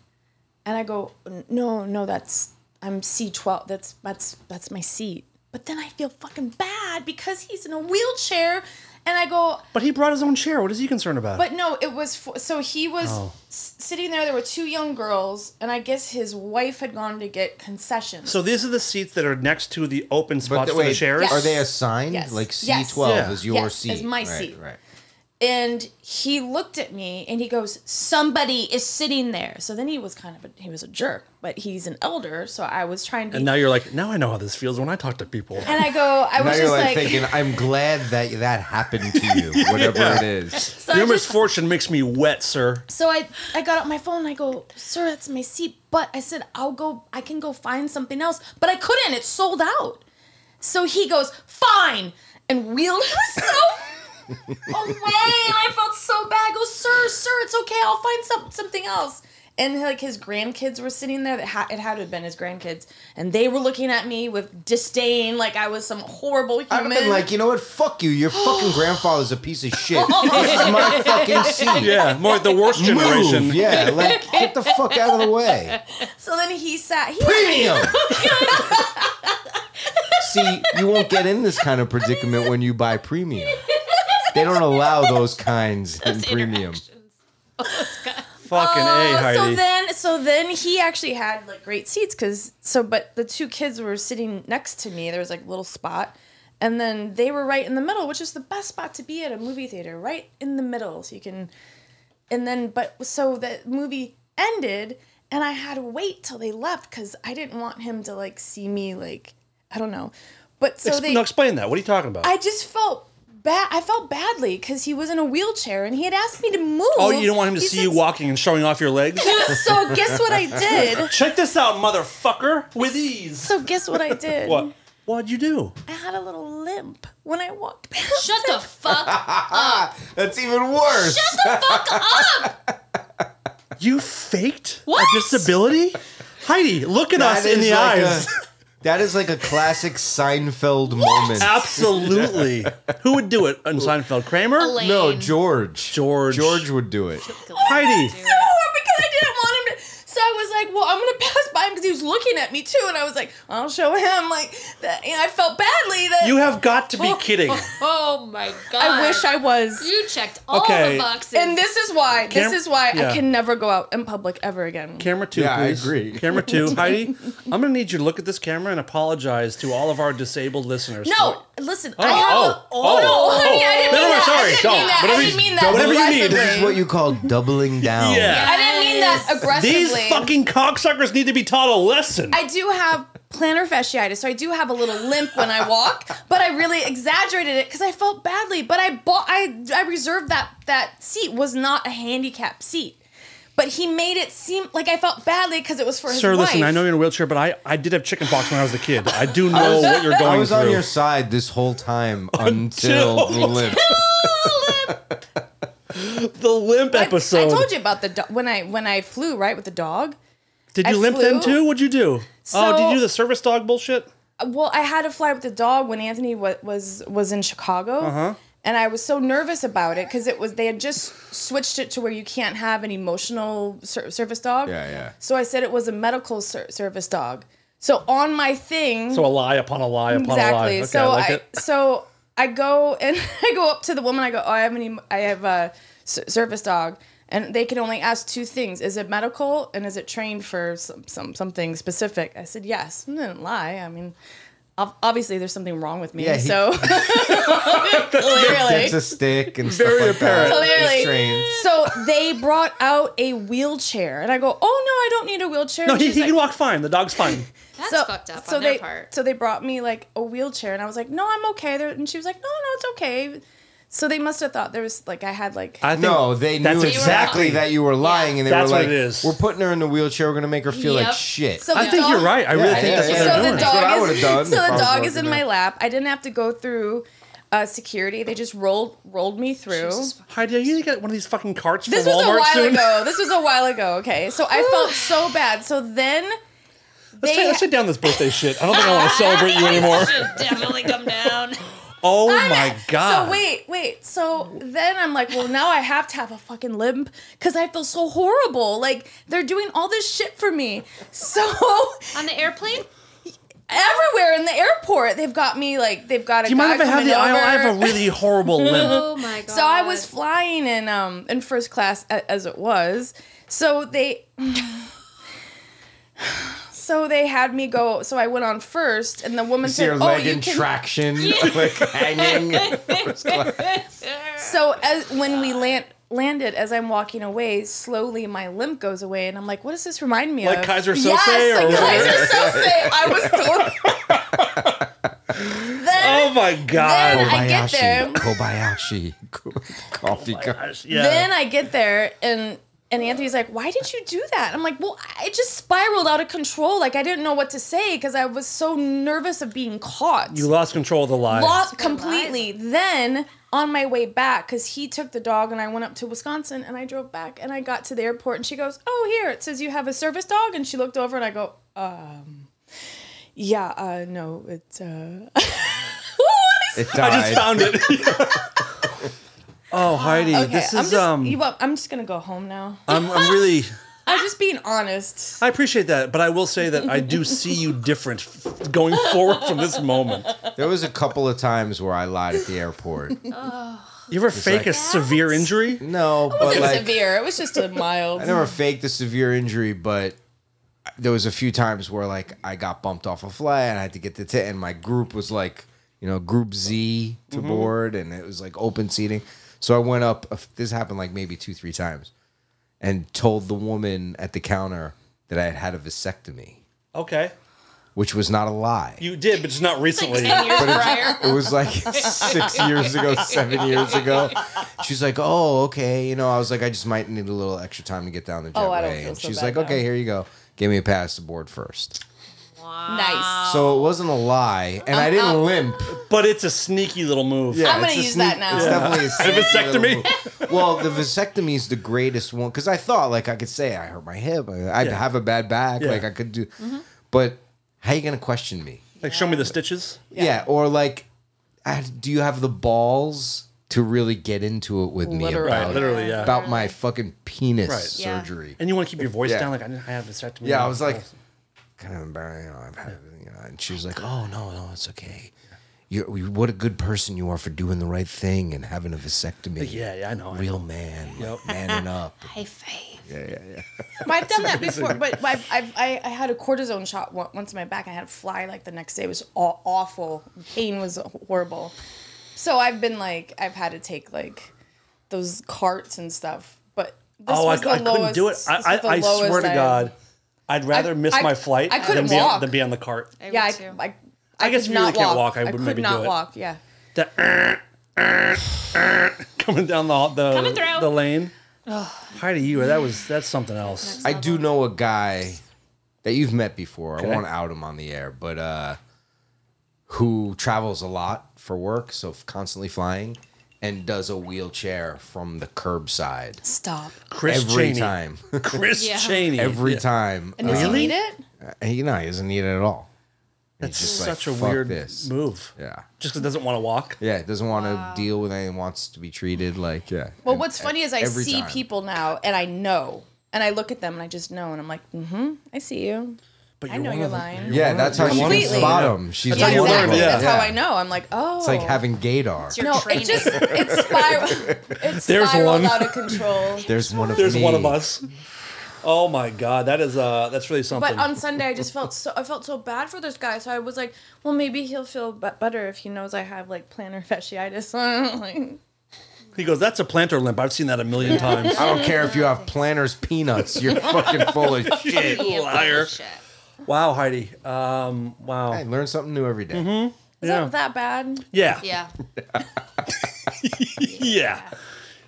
and I go, no, no, that's I'm C twelve. That's that's that's my seat. But then I feel fucking bad because he's in a wheelchair, and I go,
But he brought his own chair. What is he concerned about?
but no, it was for, so he was
Oh.
s- sitting there. There were two young girls, and I guess his wife had gone to get concessions.
so these are the seats that are next to the open
But
spots
the,
for the
wait,
chairs.
Yes.
are they assigned?
Yes.
Like
Yes.
C twelve
Yeah.
is your
Yes,
seat.
is my
right,
seat.
Right.
and he looked at me and he goes, "Somebody is sitting there." So then he was kind of a, he was a jerk, but he's an elder, so I was trying to.
and now you're like, now I know how this feels when I talk to people.
and I go,
(laughs)
I
Now
was
you're
just
like,
like,
thinking, I'm glad that that happened to you,
(laughs)
whatever it is.
so I
Your
just-
misfortune makes me wet,
(laughs)
sir.
So I, I got out my phone and I go, sir, that's my seat. But I said, I'll go, I can go find something else. But I couldn't, it's sold out. So he goes, fine. And wheeled (laughs) himself away. And I felt so bad. I go, sir, sir, it's okay. I'll find some, something else. And like his grandkids were sitting there. That ha- it had to have been his grandkids. And they were looking at me with disdain, like I was some horrible
I'd
human.
have been like, you know what? Fuck you. Your
(gasps)
fucking grandfather's a piece of
(laughs)
shit. This is my fucking seat.
(laughs) Yeah, more like the worst generation.
Move. Yeah, like get the fuck out of the way.
so then he sat. He
Premium. (laughs) See, you won't get in this kind of predicament when you buy premium. They don't allow those kinds in premium.
Interactions. Oh, God.
Fucking A,
Oh,
Heidi.
So then, so then he actually had like great seats because so, but the two kids were sitting next to me. There was like little spot, and then they were right in the middle, which is the best spot to be at a movie theater, right in the middle, so you can. And then, but so the movie ended, and I had to wait till they left because I didn't want him to like see me like I don't know, but so
Ex-
they
no, explain that. What are you talking about?
I just felt. Bad. I felt badly because he was in a wheelchair and he had asked me to move.
oh, you don't want him to
He
see
said
you walking and showing off your legs?
(laughs) so guess what I did?
Check this out, motherfucker, with ease.
So
(laughs)
guess what I did?
What? What'd you do?
I had a little limp when I walked back.
Shut the fuck up.
That's even worse.
(laughs) You faked
What?
a disability? Heidi, look at us
That
in
is
the
like
(laughs)
eyes.
a- that is like a classic Seinfeld moment.
Absolutely. Who would do it on Seinfeld? Kramer?
Elaine.
No, George.
George.
George would do it.
Heidi.
So hard because I didn't want him to. So I was like, well, I'm gonna pass by him because he was looking at me too, and I was like, I'll show him. Like, that, and I felt badly that
You have got to
(laughs)
be kidding.
Oh my god.
I wish I was.
You checked all
Okay.
the boxes.
And this is why.
Cam-
this is why
yeah.
I can never go out in public ever again.
Camera two,
Yeah, I
please.
agree.
Camera
(laughs)
two, Heidi. I'm gonna need you to look at this camera and apologize to all of our disabled listeners.
no,
for-
listen.
Oh,
I have.
oh,
a, oh, no,
oh,
honey, I didn't
no, no, no,
mean that.
sorry,
I didn't
no,
mean that.
whatever you- whatever
I didn't mean that.
you need.
This is
aggressively.
what you call doubling down.
Yeah.
I didn't mean that
Yes.
aggressively.
These fucking cocksuckers need to be taught a lesson.
I do have plantar fasciitis. So I do have a little limp when I walk, but I really exaggerated it because I felt badly. But I bought, I, I reserved that that seat was not a handicap seat. But he made it seem like I felt badly because it was for his
Sir,
wife.
listen, I know you're in a wheelchair, but I, I did have chicken pox when I was a kid. (laughs) I do know what you're
I
going
was
through.
on your side this whole time until the lip. (laughs)
the limp
I-
episode.
I, told you about the do- when I when I flew right with the dog.
Did you
I
limp
flew.
then too? What'd you do? oh, did you
So-
do the service dog bullshit?
well, I had to fly with the dog when Anthony wa- was was in Chicago,
Uh-huh.
and I was so nervous about it because it was they had just switched it to where you can't have an emotional ser- service dog.
Yeah, yeah.
So I said it was a medical ser- service dog. So on my thing,
So a lie upon a lie upon a lie.
exactly.
Okay,
so
I like it.
so I go and (laughs) I go up to the woman. I go, oh, I have an em- I have a s- service dog, and they can only ask two things: is it medical and is it trained for some, some something specific? I said yes. I didn't lie. I mean. ob- Obviously, there's something wrong with me.
Yeah, he-
(laughs)
so (laughs) clearly,
Gets a stick and stuff like
apparent.
that. He's
Clearly.
trained.
so they brought out a wheelchair, and I go, "Oh no, I don't need a wheelchair."
No,
And
he,
she's
he
like-
can walk fine. The dog's
(laughs)
fine.
That's fucked up
so
on
they,
their part.
So they brought me like a wheelchair, and I was like, "No, I'm okay." They're- And she was like, "No, no, it's okay." So they must have thought there was like I had like
I think
No, they knew
That's
exactly
exactly-
that you were lying, and they
That's
were
what
like,
it is.
"We're putting her in the wheelchair. We're gonna make her feel like
Yep.
shit."
so. The
I think
dog-
you're right. I really
Yeah,
think
yeah,
that's what
yeah.
they're
So the
doing.
That's what I
dog
would've
is
done if
so
I
the
was
dog is
working
in
there.
my lap. I didn't have to go through uh, security. They just rolled rolled me through.
Heidi, are you gonna get one of these fucking carts from
This was a
Walmart
while
soon?
ago. This was a while ago. Okay, so I
(sighs)
felt so bad. So then
Let's,
They-
take, let's take down this birthday shit. I don't think I
(laughs)
want to celebrate you anymore.
should definitely come down.
Oh my god.
So wait, wait. So then I'm like, well, now I have to have a fucking limp because I feel so horrible. Like they're doing all this shit for me. So (laughs)
On the airplane?
everywhere in the airport, they've got me like they've got a.
Do you mind if
guy
I have
coming
the aisle? I have a
over.
(laughs) really horrible limp.
Oh my god.
(laughs) So I was flying in um in first class a- as it was. So they (sighs) So they had me go so I went on first and the woman
You see
said,
her
"Oh,
leg
you
in
can (laughs)
traction, like hanging.
So as when we land landed, as I'm walking away, slowly my limp goes away, and I'm like, "What does this remind me
Like
of?"
Kaiser Soze
yes,
or
like
whatever.
Kaiser Soze. I was totally.
(laughs)
then,
Oh my god.
Then I get there.
Kobayashi, Kobayashi, coffee cup.
yeah.
then I get there, and and Anthony's like, "Why did you do that?" I'm like, "Well, I- it just spiraled out of control. Like I didn't know what to say because I was so nervous of being caught."
you lost control of the lie.
lost completely. Then on my way back, because he took the dog and I went up to Wisconsin and I drove back and I got to the airport and she goes, "Oh, here it says you have a service dog." And she looked over and I go, "Um, yeah, uh, no, it's uh." (laughs)
It
I
died.
just found it. (laughs) oh Heidi,
Okay,
this
I'm
is
just,
um
you want- I'm just gonna go home now.
I'm, I'm (laughs) really
I'm just being honest.
I appreciate that, but I will say that I do see you different f- going forward from this moment.
There was a couple of times where I lied at the
(laughs)
airport.
You ever fake a severe injury?
No,
It
but
wasn't
like
severe. It was just a mild.
I never faked a severe injury, but there was a few times where like I got bumped off a flight and I had to get the tent, and my group was like, you know, group Z to board, and it was like open seating. So I went up. This happened like maybe two, three times, and told the woman at the counter that I had had a vasectomy,
Okay.
which was not a lie.
You did, but just not recently. (laughs)
It was
(laughs)
like six years ago, seven years ago. She's like, "Oh, okay." You know, I was like, "I just might need a little extra time to get down to jetway."
Oh, I don't feel
and
so
she's
bad
like,
now.
"Okay, here you go. Give me a pass to board first.
nice.
So it wasn't a lie, and I didn't limp.
But it's a sneaky little move.
Yeah,
I'm gonna
it's a
use that now.
It's
Yeah.
(laughs)
definitely a sneaky
vasectomy.
little move. well, the vasectomy is the greatest one because I thought like I could say I hurt my hip, I, I
Yeah.
have a bad back,
Yeah.
like I could do,
Mm-hmm.
but how you gonna question me?
Like show me the stitches.
Yeah, or like, I- do you have the balls to really get into it with me
Literally.
about,
Right, literally, yeah.
about my fucking penis
Right.
Yeah.
surgery? Yeah.
And you want to keep your voice
Yeah.
down, like I didn't I have a vasectomy.
I was like, kind of embarrassed. You know, I've had, you know, and she was like, "Oh no, no, it's okay. You're you- what a good person you are for doing the right thing and having a vasectomy.
yeah, yeah, I know. I
real
know.
man,
Yep.
like, manning
(laughs)
up.
High five.
Well, I've done that before, but I've, I've, I, I had a cortisone shot on- once in my back. I had a fly like the next day. It was aw- awful. Pain was horrible. So I've been like, I've had to take like those carts and stuff. But this
Oh, I,
was
c-
the
I
lowest.
couldn't do it.
this
I,
was
I,
the
I
lowest
swear to
I-
God, I'd rather
I-
miss
I-
my flight
I couldn't
than, be on,
walk.
than be on the cart. (laughs)
yeah,
I would
I,
too.
I, I,
guess
could
if you really
not
can't
walk.
walk, I would
could
maybe do
not
it.
walk. Yeah.
That coming down the the,
Coming through.
the lane. Heidi, you that was that's something else.
I do know a guy that you've met before. I won't out him on the air, but uh, who travels a lot for work, so f- constantly flying, and does a wheelchair from the curbside
Stop.
Chris
every
Chaney.
time.
(laughs)
(laughs)
Chris
Yeah.
Cheney.
every time.
And does
Uh,
he need it?
he- you know, he doesn't need it at all. He's
That's
just like,
such a
"Fuck
weird
this."
move.
Yeah.
Just 'cause it doesn't want to walk.
Yeah, doesn't want to deal with anything. Wants to be treated like yeah.
Well,
And
what's
e-
funny is I
every
see
time.
people now, and I know, and I look at them, and I just know, and I'm like, mm-hmm, I see you.
But
I
you're
know
one
you're
of the-
lying.
you're
Yeah,
one of
that's
the-
how she
you're
can
can
Completely.
spot him. She's
That's
Yeah,
like,
how you
one of
exactly.
them.
Yeah.
That's
yeah.
how I know. I'm like, oh,
It's like having gaydar.
your
no.
training.
It just (laughs) it spiral. It
There's
spiraled
one.
out
(laughs)
of control.
There's one of
There's one of
me.
us. Oh my god, that is uh that's really something.
But on Sunday, I just felt so I felt so bad for this guy. So I was like, well, maybe he'll feel b- better if he knows I have like plantar fasciitis. (laughs) like,
he goes, That's a plantar limp. I've seen that a
(laughs)
million times.
I don't care if you have planters peanuts.
(laughs)
You're fucking full of shit.
You
liar.
bullshit.
Wow, Heidi. Um wow.
I learn something new every day.
Mm-hmm.
is
Yeah.
that that bad?
Yeah.
Yeah.
Yeah.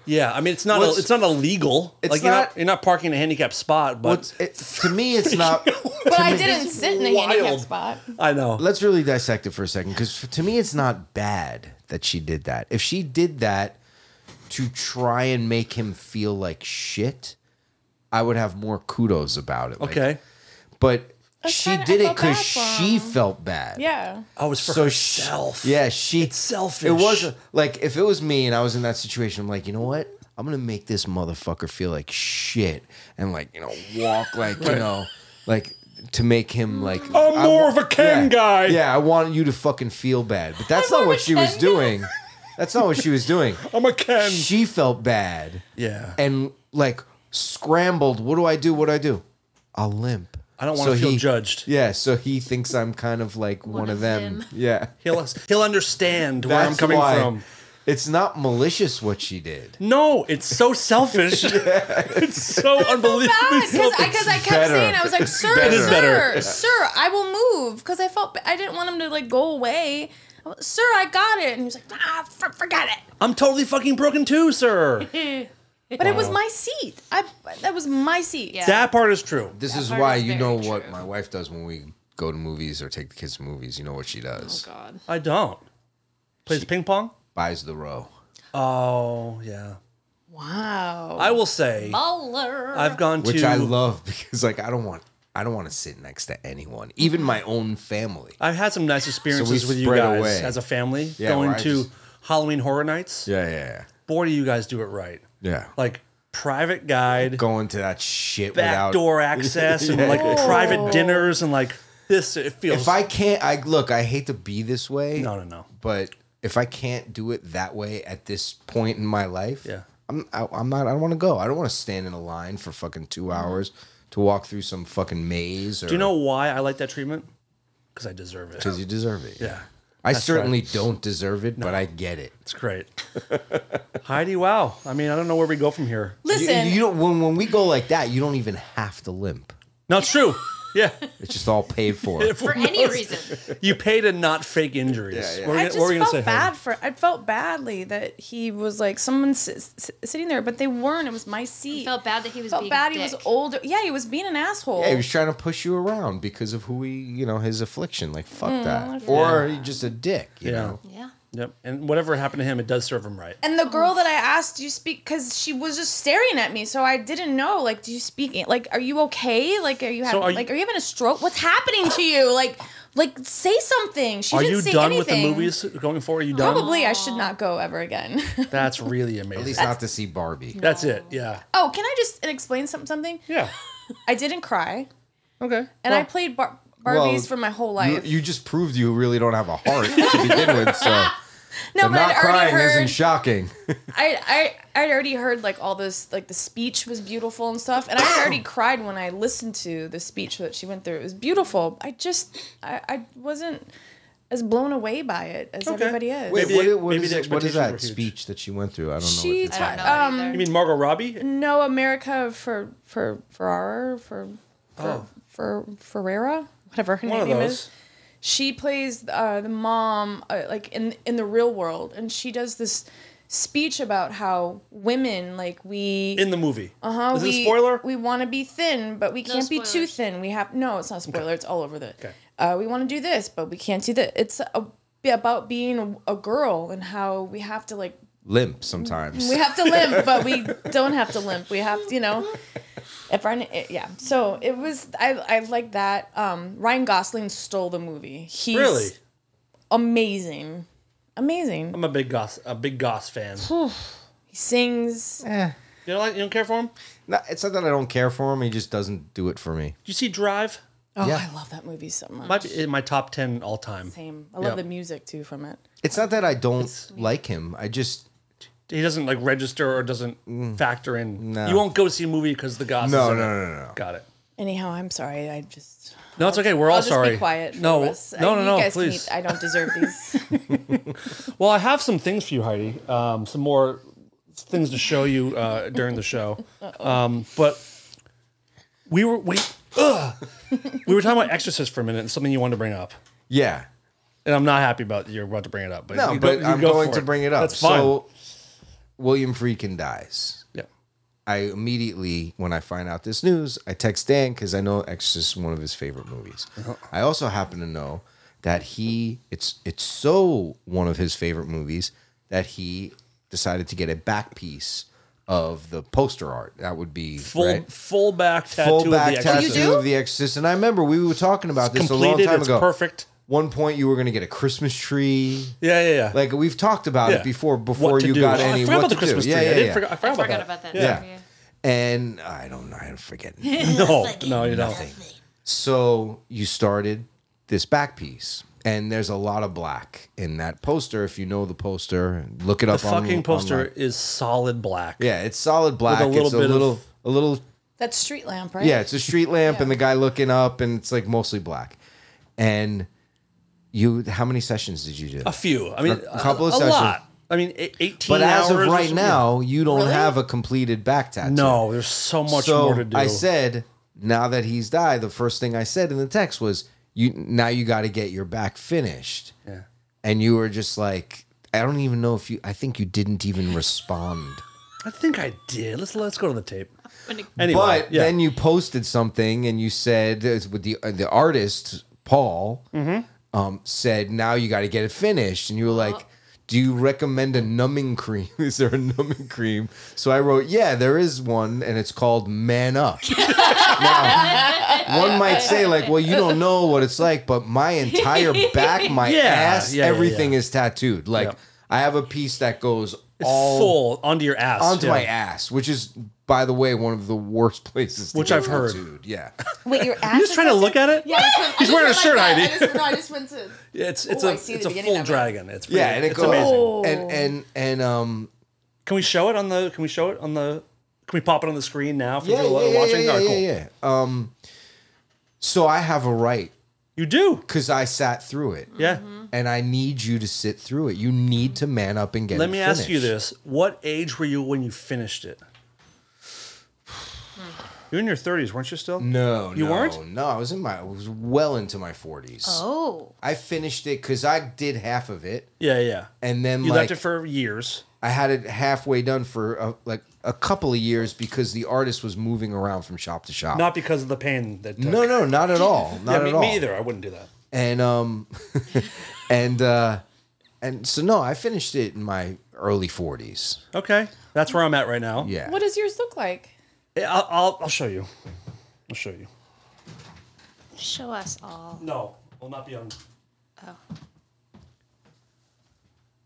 Yeah, I mean it's not a,
What's-
it's not illegal.
It's
like you're not
not-
you're not parking in a handicapped spot, but
What's it, to me?
(laughs)
It's not.
But I didn't sit in a handicap
wild.
spot.
I know.
Let's really dissect it for a second, because to me, it's not bad that she did that. If she did that to try and make him feel like shit, I would have more kudos about it. Like,
okay.
but
was
she
trying to- I
did it
felt
because
bad for
she
him.
felt bad.
(laughs)
Yeah.
I was for
So she-
herself.
Yeah, she
It's selfish.
It was like if it was me and I was in that situation, I'm like, you know what? I'm gonna make this motherfucker feel like shit and like you know
(laughs)
walk like you know like to make him like
I'm
I
more
wa-
of a Ken
yeah,
guy.
Yeah, I want you to fucking feel bad, but that's
I'm
not
more
what
of a
she was
Ken guy.
doing. That's not what she was
(laughs)
doing.
I'm a Ken.
She felt bad.
Yeah.
and like scrambled. What do I do? What do I do? I'll limp.
I don't wanna feel judged.
Yeah, so he thinks I'm kind of like one, of
of
them.
them.
Yeah,
He'll he'll understand where I'm
That's
coming
why
from.
It's not malicious what she did.
No, it's so
(laughs)
selfish. It's so unbelievably
Because I,
selfish.
Ah, cause I kept
better.
saying, I was like, sir,
better. It is
sir,
better.
sir, I will move. Because I felt, ba- I didn't want him to like go away. I was, Sir, I got it. And he was like, ah, for, forget it.
I'm totally fucking broken too, sir.
But it was my seat. I That was my seat.
Yeah.
That part is true.
This is
part
why
is
you
very
know what
true.
my wife does when we go to movies or take the kids to movies. You know what she does?
Oh, God.
I don't. Plays ping pong?
Buys the row.
Oh, yeah.
Wow.
I will say
Baller.
I've gone to
Which I love (laughs) because like I don't want I don't want to sit next to anyone, even my own family.
I've had some nice experiences with you
spread
guys
away.
as a family
Yeah,
going
where I
to
just-
Halloween Horror Nights.
Yeah, yeah, yeah.
Boy, do you guys do it right.
Yeah.
Like private guide,
Going to that shit without
backdoor
(laughs)
access, and like private dinners, and like this. It feels.
If I can't, I look. I hate to be this way.
no, no, no.
But if I can't do it that way at this point in my life,
Yeah.
I'm I, I'm not. I don't want to go. I don't want to stand in a line for fucking two hours to walk through some fucking maze. Or,
Mm-hmm. Do
(laughs)
you know why I like that treatment? Because I deserve it.
Because you deserve it.
Yeah,
I certainly don't deserve it, but I get it.
it's great. (laughs) Heidi, wow. I mean, I don't know where we go from here.
You,
Listen,
you don't. When when we go like that, you don't even have to limp.
No, it's true.
(laughs)
Yeah,
It's just all paid
(laughs)
for.
(laughs) for any reason.
you pay to not fake injuries.
yeah.
What are we
I
gonna-
just
what are we gonna
felt
say, Heidi?
bad for. I felt badly that he was like someone s- s- sitting there, but they weren't. It was my seat.
Felt bad that he was
Felt
being a
bad. He
dick.
was older. Yeah, he was being an asshole.
Yeah, he was trying to push you around because of who he, you know, his affliction. Like fuck that, or he just a dick. You
Yeah.
know,
Yeah.
Yep. And whatever happened to him, it does serve him right.
and the
Oh.
girl that I asked, do you speak? Because she was just staring at me, so I didn't know. Like, do you speak? en- Like, are you okay? Like, are you having?
are you-
like, are you having a stroke? What's happening to you? Like, like say something. She
Are
didn't
you
say
done with the
anything.
movies going forward? Are you done?
Probably, I should not go ever again. (laughs)
That's really amazing.
at least not to see Barbie.
That's it. Yeah.
oh, can I just explain some, something?
Yeah.
I didn't cry,
Okay.
and I played bar- Barbies
well,
for my whole
You,
life.
you just proved you really don't have a heart to begin with. So
(laughs) no,
the
but
not
I'd already
crying
heard.
isn't
(laughs)
shocking.
I, I I'd already heard like all this like the speech was beautiful and stuff, and
(coughs)
I already cried when I listened to the speech that she went through. It was beautiful. I just I, I wasn't as blown away by it as everybody is.
Wait, Maybe-
what, what
maybe
is
the
it- what is
expectations were
that
huge.
speech that she went through? I don't know. what
she
you're talking
ta-
I don't
um
know it either.
You mean Margot Robbie?
no America for for for our for
Oh.
Fer- Fer- Ferrera, whatever her
One of
name is.
those.
she plays uh, the mom uh, like in in the real world and she does this speech about how women like we
In the movie.
uh,
Is
we,
it a spoiler?
we want to be thin but we can't be too
spoilers.
thin we have no it's not a spoiler it's all over the uh, we want to do this but we can't do that it's a, about being a, a girl and how we have to like
Limp sometimes.
we have
(laughs)
to limp, but we don't have to limp. We have to, you know. If our, it, yeah, so it was. I I like that. Um, Ryan Gosling stole the movie. He's
really?
amazing, amazing.
I'm a big Goss a big Goss
(laughs)
fan.
He sings.
You don't like you don't care for him? Did
No, it's not that I don't care for him. He just doesn't do it for me.
you see Drive?
Oh,
Yeah.
I love that movie so much.
Might be in my top ten all time.
Same. I love
Yeah.
the music too from it.
It's not that I don't like him. I just
He doesn't like register or doesn't factor in.
Mm. No.
You won't go see a movie because the Goss.
no
is
no
in it.
no no. no.
Got it.
Anyhow, I'm sorry. I just.
No, it's okay. We're all
I'll just
sorry.
be quiet. For
no,
the rest.
no,
I-
no,
you
no.
guys can
please.
eat. I don't deserve
(laughs)
these.
Well, I have some things for you, Heidi. Um, some more things to show you uh, during the show. Um, but we were we ugh. we were talking about Exorcist for a minute and something you wanted to bring up,
Yeah.
and I'm not happy about that you're about to bring it up. But
No,
you go-
but
you
I'm
go
going
for
to bring it up.
That's fine.
So William Freakin dies.
yeah.
I immediately, when I find out this news, I text Dan because I know Exorcist is one of his favorite movies.
Uh-huh.
I also happen to know that he it's it's so one of his favorite movies that he decided to get a back piece of the poster art. That would be
Full
right?
full back tattoo
full back
of the Exorcist.
tattoo of the Exorcist. And I remember we were talking about this a long
completed.
time
It's
ago.
perfect.
One point you were going to get a Christmas tree.
Yeah, yeah, yeah.
Like we've talked about
Yeah.
it before.
What
Before
to
you
do.
got
Oh,
any,
I forgot
what
about
to
the Christmas
do. Yeah,
tree.
yeah,
I, did
yeah.
forget, I forgot,
I forgot
about,
about that.
Yeah. And I don't know. I
(laughs)
forget.
No, no, you don't.
so you started this back piece, and there's a lot of black in that poster. If you know the poster, look it
The
up. on-
fucking poster
online.
is solid black.
Yeah, it's solid black.
little
it's a
bit of-
little, a little.
That's street lamp, right?
Yeah, it's a street lamp, and the guy looking up, and it's like mostly black. And you, how many sessions did you do?
A few. I mean,
A couple of
a, a
sessions.
lot. I mean, e- 18
but as of
hours or
right
something.
now, you don't have a completed back tattoo.
no, there's so much
so
more to do.
I said, now that he's died, the first thing I said in the text was, "You now you got to get your back finished." Yeah. And you were just like, I don't even know if you. I think you didn't even respond.
I think I did. Let's let's go to the tape.
When it-
Anyway,
But
yeah.
then you posted something and you said uh, with the uh, the artist Paul
Mm-hmm.
um, said now you got to get it finished, and you were like.
Uh-huh.
Do you recommend a numbing (laughs) cream? Is there a numbing cream? So I wrote, yeah, there is one, and it's called Man
(laughs)
Up. now, one might say, like, well, you don't know what it's like, but my entire back, my
(laughs) Yeah,
ass,
yeah, yeah,
everything
yeah.
is tattooed. Like,
Yep.
I have a piece that goes
it's
all
full onto your ass.
onto
yeah.
my ass, which is, by the way, one of the worst (laughs) places. To
Which
get
I've heard.
tattooed. Yeah,
(laughs)
Wait, your ass.
You just
is
trying to
tattooed?
look at it?
Yeah, I just- I
He's
just
wearing a
went
shirt,
like that.
Heidi.
I just, no, I just went to.
It's it's
Oh, I
a
see
it's
the
a
beginning
full
of it.
dragon. It's pretty,
yeah, and it
it's
goes
amazing.
and and and um
Can we show it on the? Can we show it on the? Can we pop it on the screen now for
yeah
people that
yeah
are
yeah,
watching?
yeah,
All right,
yeah,
cool.
yeah, yeah. um so I have a right
You do.
because I sat through it
Yeah.
and I need you to sit through it. You need to man up and get.
Let
it
me ask you
finished.
this: What age were you when you finished it?
Hmm.
You're in your 30s, weren't you still?
No,
You
no,
weren't?
No, I was in my. I was well into my forties.
Oh,
I finished it because I did half of it,
Yeah, yeah.
and then
You
like,
left it for years.
I had it halfway done for uh like a couple of years because the artist was moving around from shop to shop.
Not because of the pain that.
no, no, not at all. Not
yeah,
at
me,
all.
me either. I wouldn't do that.
And um, (laughs) and uh, and so no, I finished it in my early forties.
Okay, that's where I'm at right now.
Yeah.
What does yours look like?
Yeah, I'll, I'll, I'll show you. I'll show you.
show us all.
No, will not be on.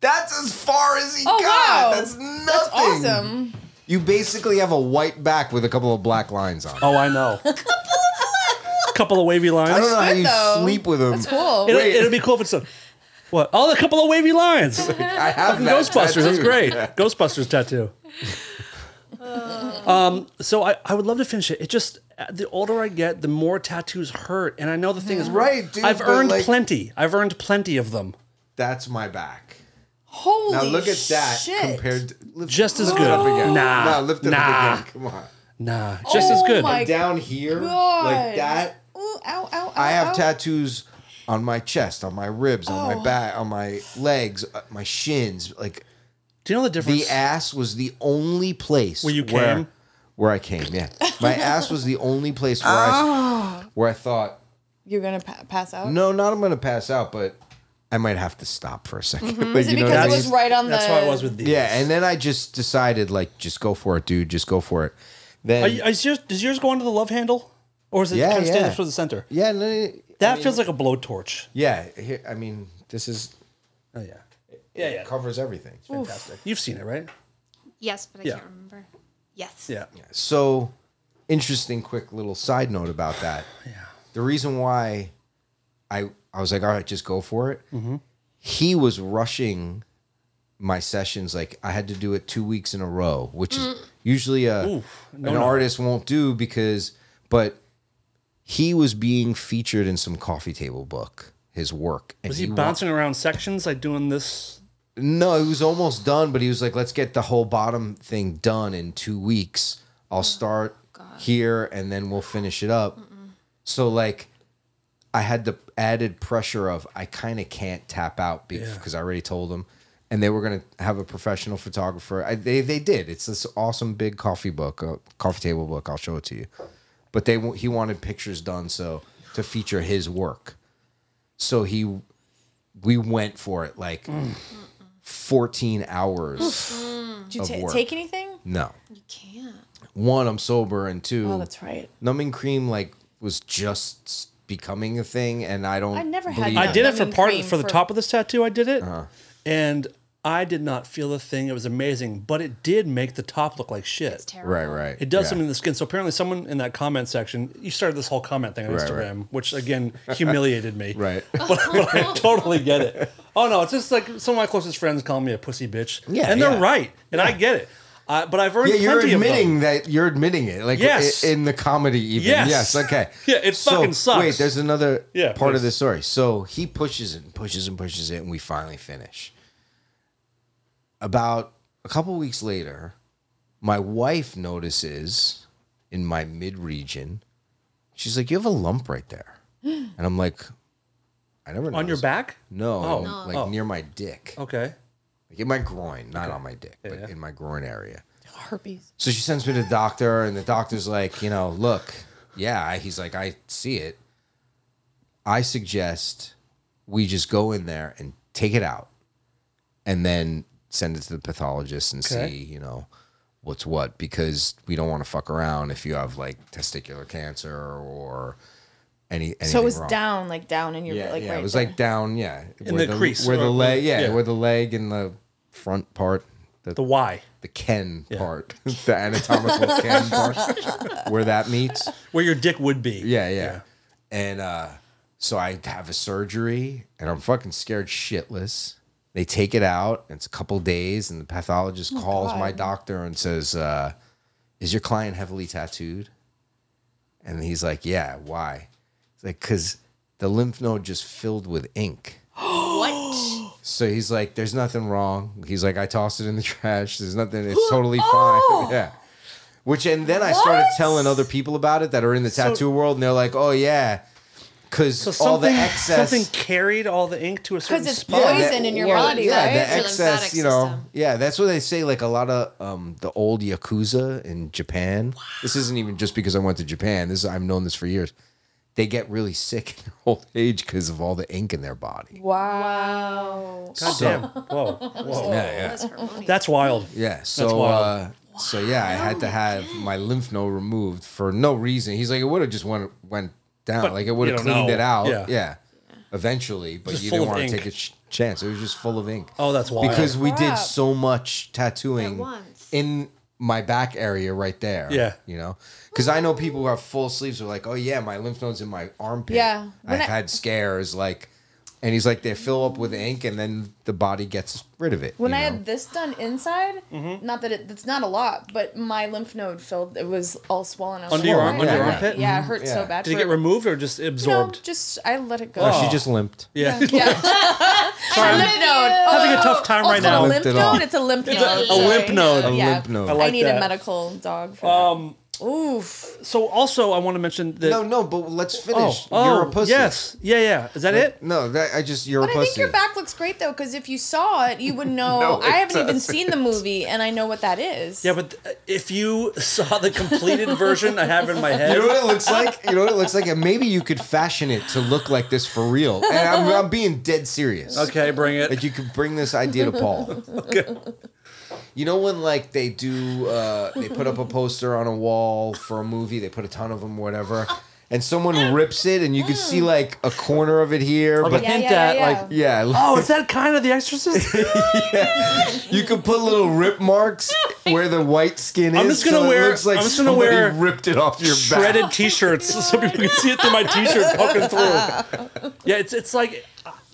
That's as far as he
Oh,
got.
wow.
That's nothing.
Awesome.
You basically have a white back with a couple of black lines on. it.
Oh, I (laughs) know. couple of wavy lines.
I don't know how
good,
you
though.
sleep with him.
Cool.
It'll, it'll be cool if it's a. What? Oh, a couple of wavy lines.
I have that
Ghostbusters. (laughs) That's
tattooed.
great. Ghostbusters tattoo. um, so I, I would love to finish it. It just the older I get, the more tattoos hurt, and I know the thing is
Right, dude,
I've
but,
earned
like-
plenty. I've earned plenty of them.
That's my back.
Holy
Now look at that
shit.
compared. To, lift-
Just as
lift it up
good.
again.
Nah.
no, lift it
Nah.
up again. Come on.
Nah, it's just as
Oh
good.
my
Down here,
God.
like that.
Ooh, ow, ow,
I
ow, ow.
have tattoos on my chest, on my ribs, on
Oh.
my back, on my legs, uh, my shins. Like
Do you know the difference?
the ass was the only place
Where you came?
where I came. Yeah,
(laughs)
my ass was the only place where
Oh.
I where I thought,
You're gonna pa- pass out.
no, not I'm gonna pass out, but I might have to stop for a 2nd (laughs) But
Mm-hmm. Is it
you know what I
because it
mean?
was right on
That's
the?
how it was with these.
Yeah, and then I just decided like just go for it, dude. Just go for it. Then
Are you, is yours, does yours go onto the love handle, or is it
Yeah,
kind of
yeah.
stands for the center?
yeah, and then-
That feels like a blowtorch.
yeah. Here, I mean, this is
Oh yeah, yeah, yeah.
covers everything.
Fantastic. You've seen it, right?
Yes, but I
Yeah.
can't remember. Yes.
Yeah.
So interesting. Quick little side note about
(sighs)
that. yeah. The reason why I I was like, all right, just go for it.
Mm-hmm.
He was rushing my sessions. Like I had to do it two weeks in a row, which
Mm.
is usually a an artist won't do because. But he was being featured in some coffee table book. His work. And
Was he,
wa-
bouncing around sections like doing this?
No, it was almost done, but he was like, let's get the whole bottom thing done in two weeks. I'll start here and then we'll finish it up. So, like, I had the added pressure of I kind of can't tap out because I already told them. And they were going to have a professional photographer. I, they, they did. It's this awesome big coffee book, uh, coffee table book. I'll show it to you. But they wa- he wanted pictures done so to feature his work. So he we went for it like 14 hours.
Did you
of
ta-
work.
take anything?
No.
You can't.
One, I'm sober, and two,
Oh, that's right.
numbing cream like was just s- becoming a thing, and I don't.
I never had
believe
that.
I did it for
Lemon
part
cream
for the
for-
top of this tattoo. I did it,
Uh-huh.
and I did not feel a thing. It was amazing, but it did make the top look like shit.
Terrible.
Right, right.
It does
yeah.
something to the skin. So apparently, someone in that comment section, you started this whole comment thing on
Right, right.
Instagram, which again humiliated me.
(laughs) Right.
(laughs) but, but I totally get it. Oh no, it's just like some of my closest friends call me a pussy bitch.
Yeah,
and they're
yeah.
right, and I get it. Uh, but I've earned
Yeah, you're
plenty of them.
admitting that you're admitting it, like
Yes.
i- in the comedy, even.
Yes.
Yes, okay.
(laughs) Yeah, it
So,
fucking sucks.
Wait, there's another
Yeah,
part of
please.
the story. So he pushes it and pushes and pushes it, and we finally finish. About a couple weeks later, my wife notices in my mid region. She's like, "You have a lump right
(gasps)
there," and I'm like, "I never
on your
noticed."
back.
No,
Oh.
in- like near my dick,
Okay.
like in my groin, not on my dick, but in my groin area."
Herpes.
So she sends me to the doctor, and the doctor's like, you know, look, yeah, I- he's like, I see it. I suggest we just go in there and take it out and then send it to the pathologist and
Okay.
see, you know, what's what, because we don't want to fuck around if you have like testicular cancer or any anything
So it was
wrong.
down, like down in your
Yeah,
like
yeah,
right
it was
there.
like down, yeah. In
the crease
Where
or-
the leg, yeah,
yeah.
where the leg and the front part,
The Y,
the Ken part, (laughs) the anatomical Ken (laughs) part, where that meets.
where your dick would be.
Yeah, yeah. And uh, so I have a surgery, and I'm fucking scared shitless. They take it out, and it's a couple days, and the pathologist calls Oh my doctor and says, uh, "Is your client heavily tattooed?" And he's like, "Yeah, why?" It's like, "Cause the lymph node just filled with ink."
(gasps)
What?
So he's like, "There's nothing wrong." He's like, "I tossed it in the (laughs) trash. There's nothing.
(gasps)
It's totally
Oh!
fine." (laughs) Yeah. Which and then I started
What?
telling other people about it that are in the tattoo world, and they're like, "Oh yeah," because
So
all the
something,
excess,
something carried all the ink to a certain
'Cause it's
spot.
poison. in your body,
yeah,
right?
the
Your
excess,
lymphatic
you know,
system.
yeah, that's what they say. Like a lot of um, the old yakuza in Japan. This isn't even just because I went to Japan. This I've known this for years. They get really sick in their (laughs) old age because of all the ink in their body.
wow.
God damn. Whoa. Whoa.
Yeah, yeah.
That's harmonious.
That's wild.
Yeah. So, uh,
wild.
so yeah, I had to have my lymph node removed for no reason. He's like, it would have just went went down,
But
like it would
you
have
don't
cleaned
know.
it out.
Yeah.
Yeah. Eventually, but
Just
you
full
didn't
of
want
ink.
to take a sh- chance. It was just full of ink.
Oh, that's wild.
because we did
Crap.
so much tattooing
At once.
in my back area right there.
Yeah.
You know, because I know people who have full sleeves are like, oh yeah, my lymph nodes in my armpit.
Yeah. When
I've
I-
had scares like. And he's like, they fill up with ink, and then the body gets rid of it.
When
you
I
know?
had this done inside,
Mm-hmm.
not that it, it's not a lot, but my lymph node filled. It was all swollen. I was
Under your
like,
arm-
"Oh,
under your
yeah,
armpit?
Yeah, it hurt so
Mm-hmm. Yeah.
bad.
Did it
for-
get removed or just
No,
absorbed?
just I let it go.
Oh,
Oh.
she just limped.
yeah.
(laughs) yeah.
(laughs) Sorry.
lymph node.
having a tough time
Oh,
right
it's not
now.
A
Limped
lymph
it off.
node. It's a lymph node.
a
sorry.
lymph node.
A
Yeah.
lymph node.
I,
like
need
that.
a medical dog for
Um,
Oof.
So also, I want to mention that.
No, no, but let's
oh,
finish.
oh,
you're a pussy.
Yes. Yeah, yeah. Is that it?
No, that I just you're
But
a
I
pussy.
think your back looks great though, because if you saw it, you
(laughs)
would know.
No, it
I haven't even
doesn't.
seen the movie, and I know what that is.
Yeah, but uh, if you saw
(laughs)
the completed version I have in my head,
You know what it looks like? You know what it looks like? And maybe you could fashion it to look like this for real. And I'm, I'm being dead serious.
okay, bring it.
Like you could bring this idea to Paul. You know when like they do, uh, they put up a poster on a wall for a movie. They put a ton of them, whatever, and someone rips it, and you can see like a corner of it here.
Like a
But
Yeah,
hint
yeah,
at
yeah.
like,
yeah,
oh, is that kind of The
(laughs)
Exorcist?
you could put little rip
(laughs)
marks where the white skin is.
I'm just gonna
so it
wear-
looks like
I'm just gonna
somebody
wear
ripped it off your back.
Shredded T-shirts, so people can see it through my T-shirt poking through. Yeah, it's it's like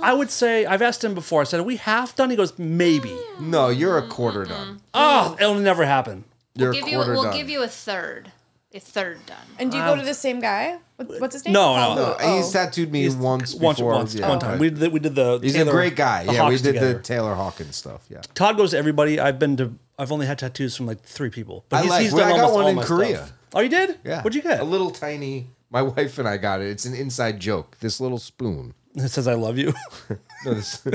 I would say I've asked him before. I said, "Are we half done?" He goes, "Maybe."
Ah.
No, you're a quarter done.
Oh, it'll never happen.
You're
Give
a
you,
quarter
Mm-hmm. we'll
done.
give you a third. A third done.
And do you go to the same guy? What, what's his name? Oh,
No,
Paul
no.
Rudd.
No, he's tattooed me once.
Once,
before,
once,
yeah,
one time.
right.
We did, we did the.
He's
Taylor-
a great guy.
the
Yeah, we
Hawks
did
together.
the Taylor Hawkins stuff. Yeah,
Todd goes to everybody. I've been to. I've only had tattoos from like three people, but
I
he's,
like-
he's
well,
done
I got
almost
one
all
in
my
Korea.
stuff. Oh, you did?
yeah.
What'd you get?
A little tiny. My (laughs) wife and I got it. It's an inside joke. This little spoon.
It says "I love you."
(laughs) No,
(laughs)
this-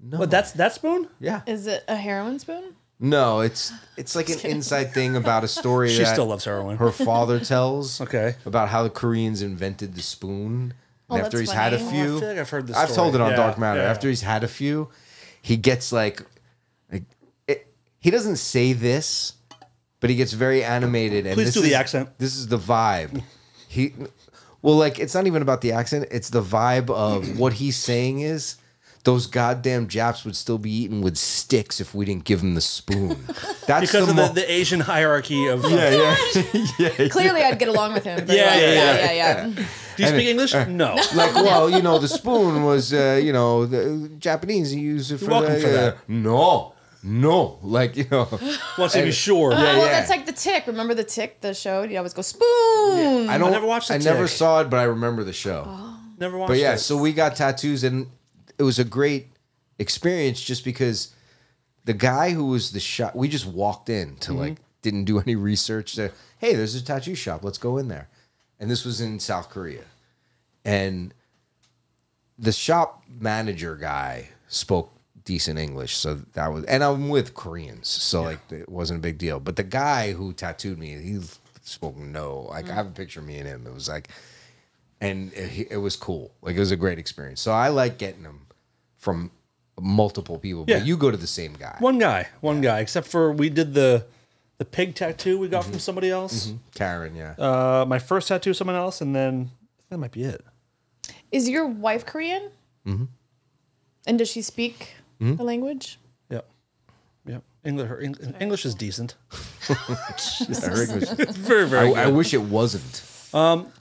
But that's that spoon.
yeah.
Is it a
(laughs)
heroin spoon?
No, it's it's like
(laughs)
an inside thing about a story
She
that
still loves heroin.
her father tells.
Okay.
About how the Koreans invented the spoon.
Oh,
And after
that's
he's had a
funny.
few,
Oh, I feel like I've heard this
I've told it
story.
on
Yeah,
Dark Matter.
yeah.
After he's had a few, he gets like, like it, he doesn't say this, but he gets very animated. And
Please
this
do the
is-
accent.
This is the vibe. He, well, like it's not even about the accent. It's the vibe
(clears throat)
of what he's saying is. Those goddamn Japs would still be eaten with sticks if we didn't give them the
(laughs)
spoon. That's
because
the,
of
mo-
the, the Asian hierarchy of. uh,
yeah,
(laughs)
yeah.
Clearly, I'd get along with him. very
Yeah,
well.
yeah,
yeah,
yeah.
yeah, yeah.
Do you speak English? No.
uh, like, (laughs) well, you know, the spoon was, uh, you know, the Japanese use it for,
welcome
the,
for that.
uh, no, no, like you
(laughs)
know,
Wants to be sure.
well,
yeah.
that's like the tick. Remember the tick, the show? You always go spoon.
I don't.
never watched The
I never
Tick.
saw it, but I remember the show.
Never watched.
but yeah,
it.
so we got tattoos, and it was a great experience just because the guy who was the shop, we just walked in to
Mm-hmm.
like didn't do any research. To, hey, there's a tattoo shop. Let's go in there. And this was in South Korea, and the shop manager guy spoke decent English, so that was. And I'm with Koreans, so like it wasn't a big deal. But the guy who tattooed me, he spoke no. Like I have a picture of me and him. It was like and it, it was cool. Like it was a great experience. So I like getting them from multiple people.
Yeah.
But you go to the same guy.
one guy, one guy. Except for we did the the pig tattoo we got
Mm-hmm.
from somebody else.
Karen, yeah.
Uh, my first tattoo, someone else, and then I think that might be it.
Is your wife Korean? Mm-hmm. And does she speak
Mm-hmm.
the language?
Yep. Yep. English, her Eng- English is decent.
Her
(laughs)
English-
Very, very.
I,
good.
I wish it wasn't.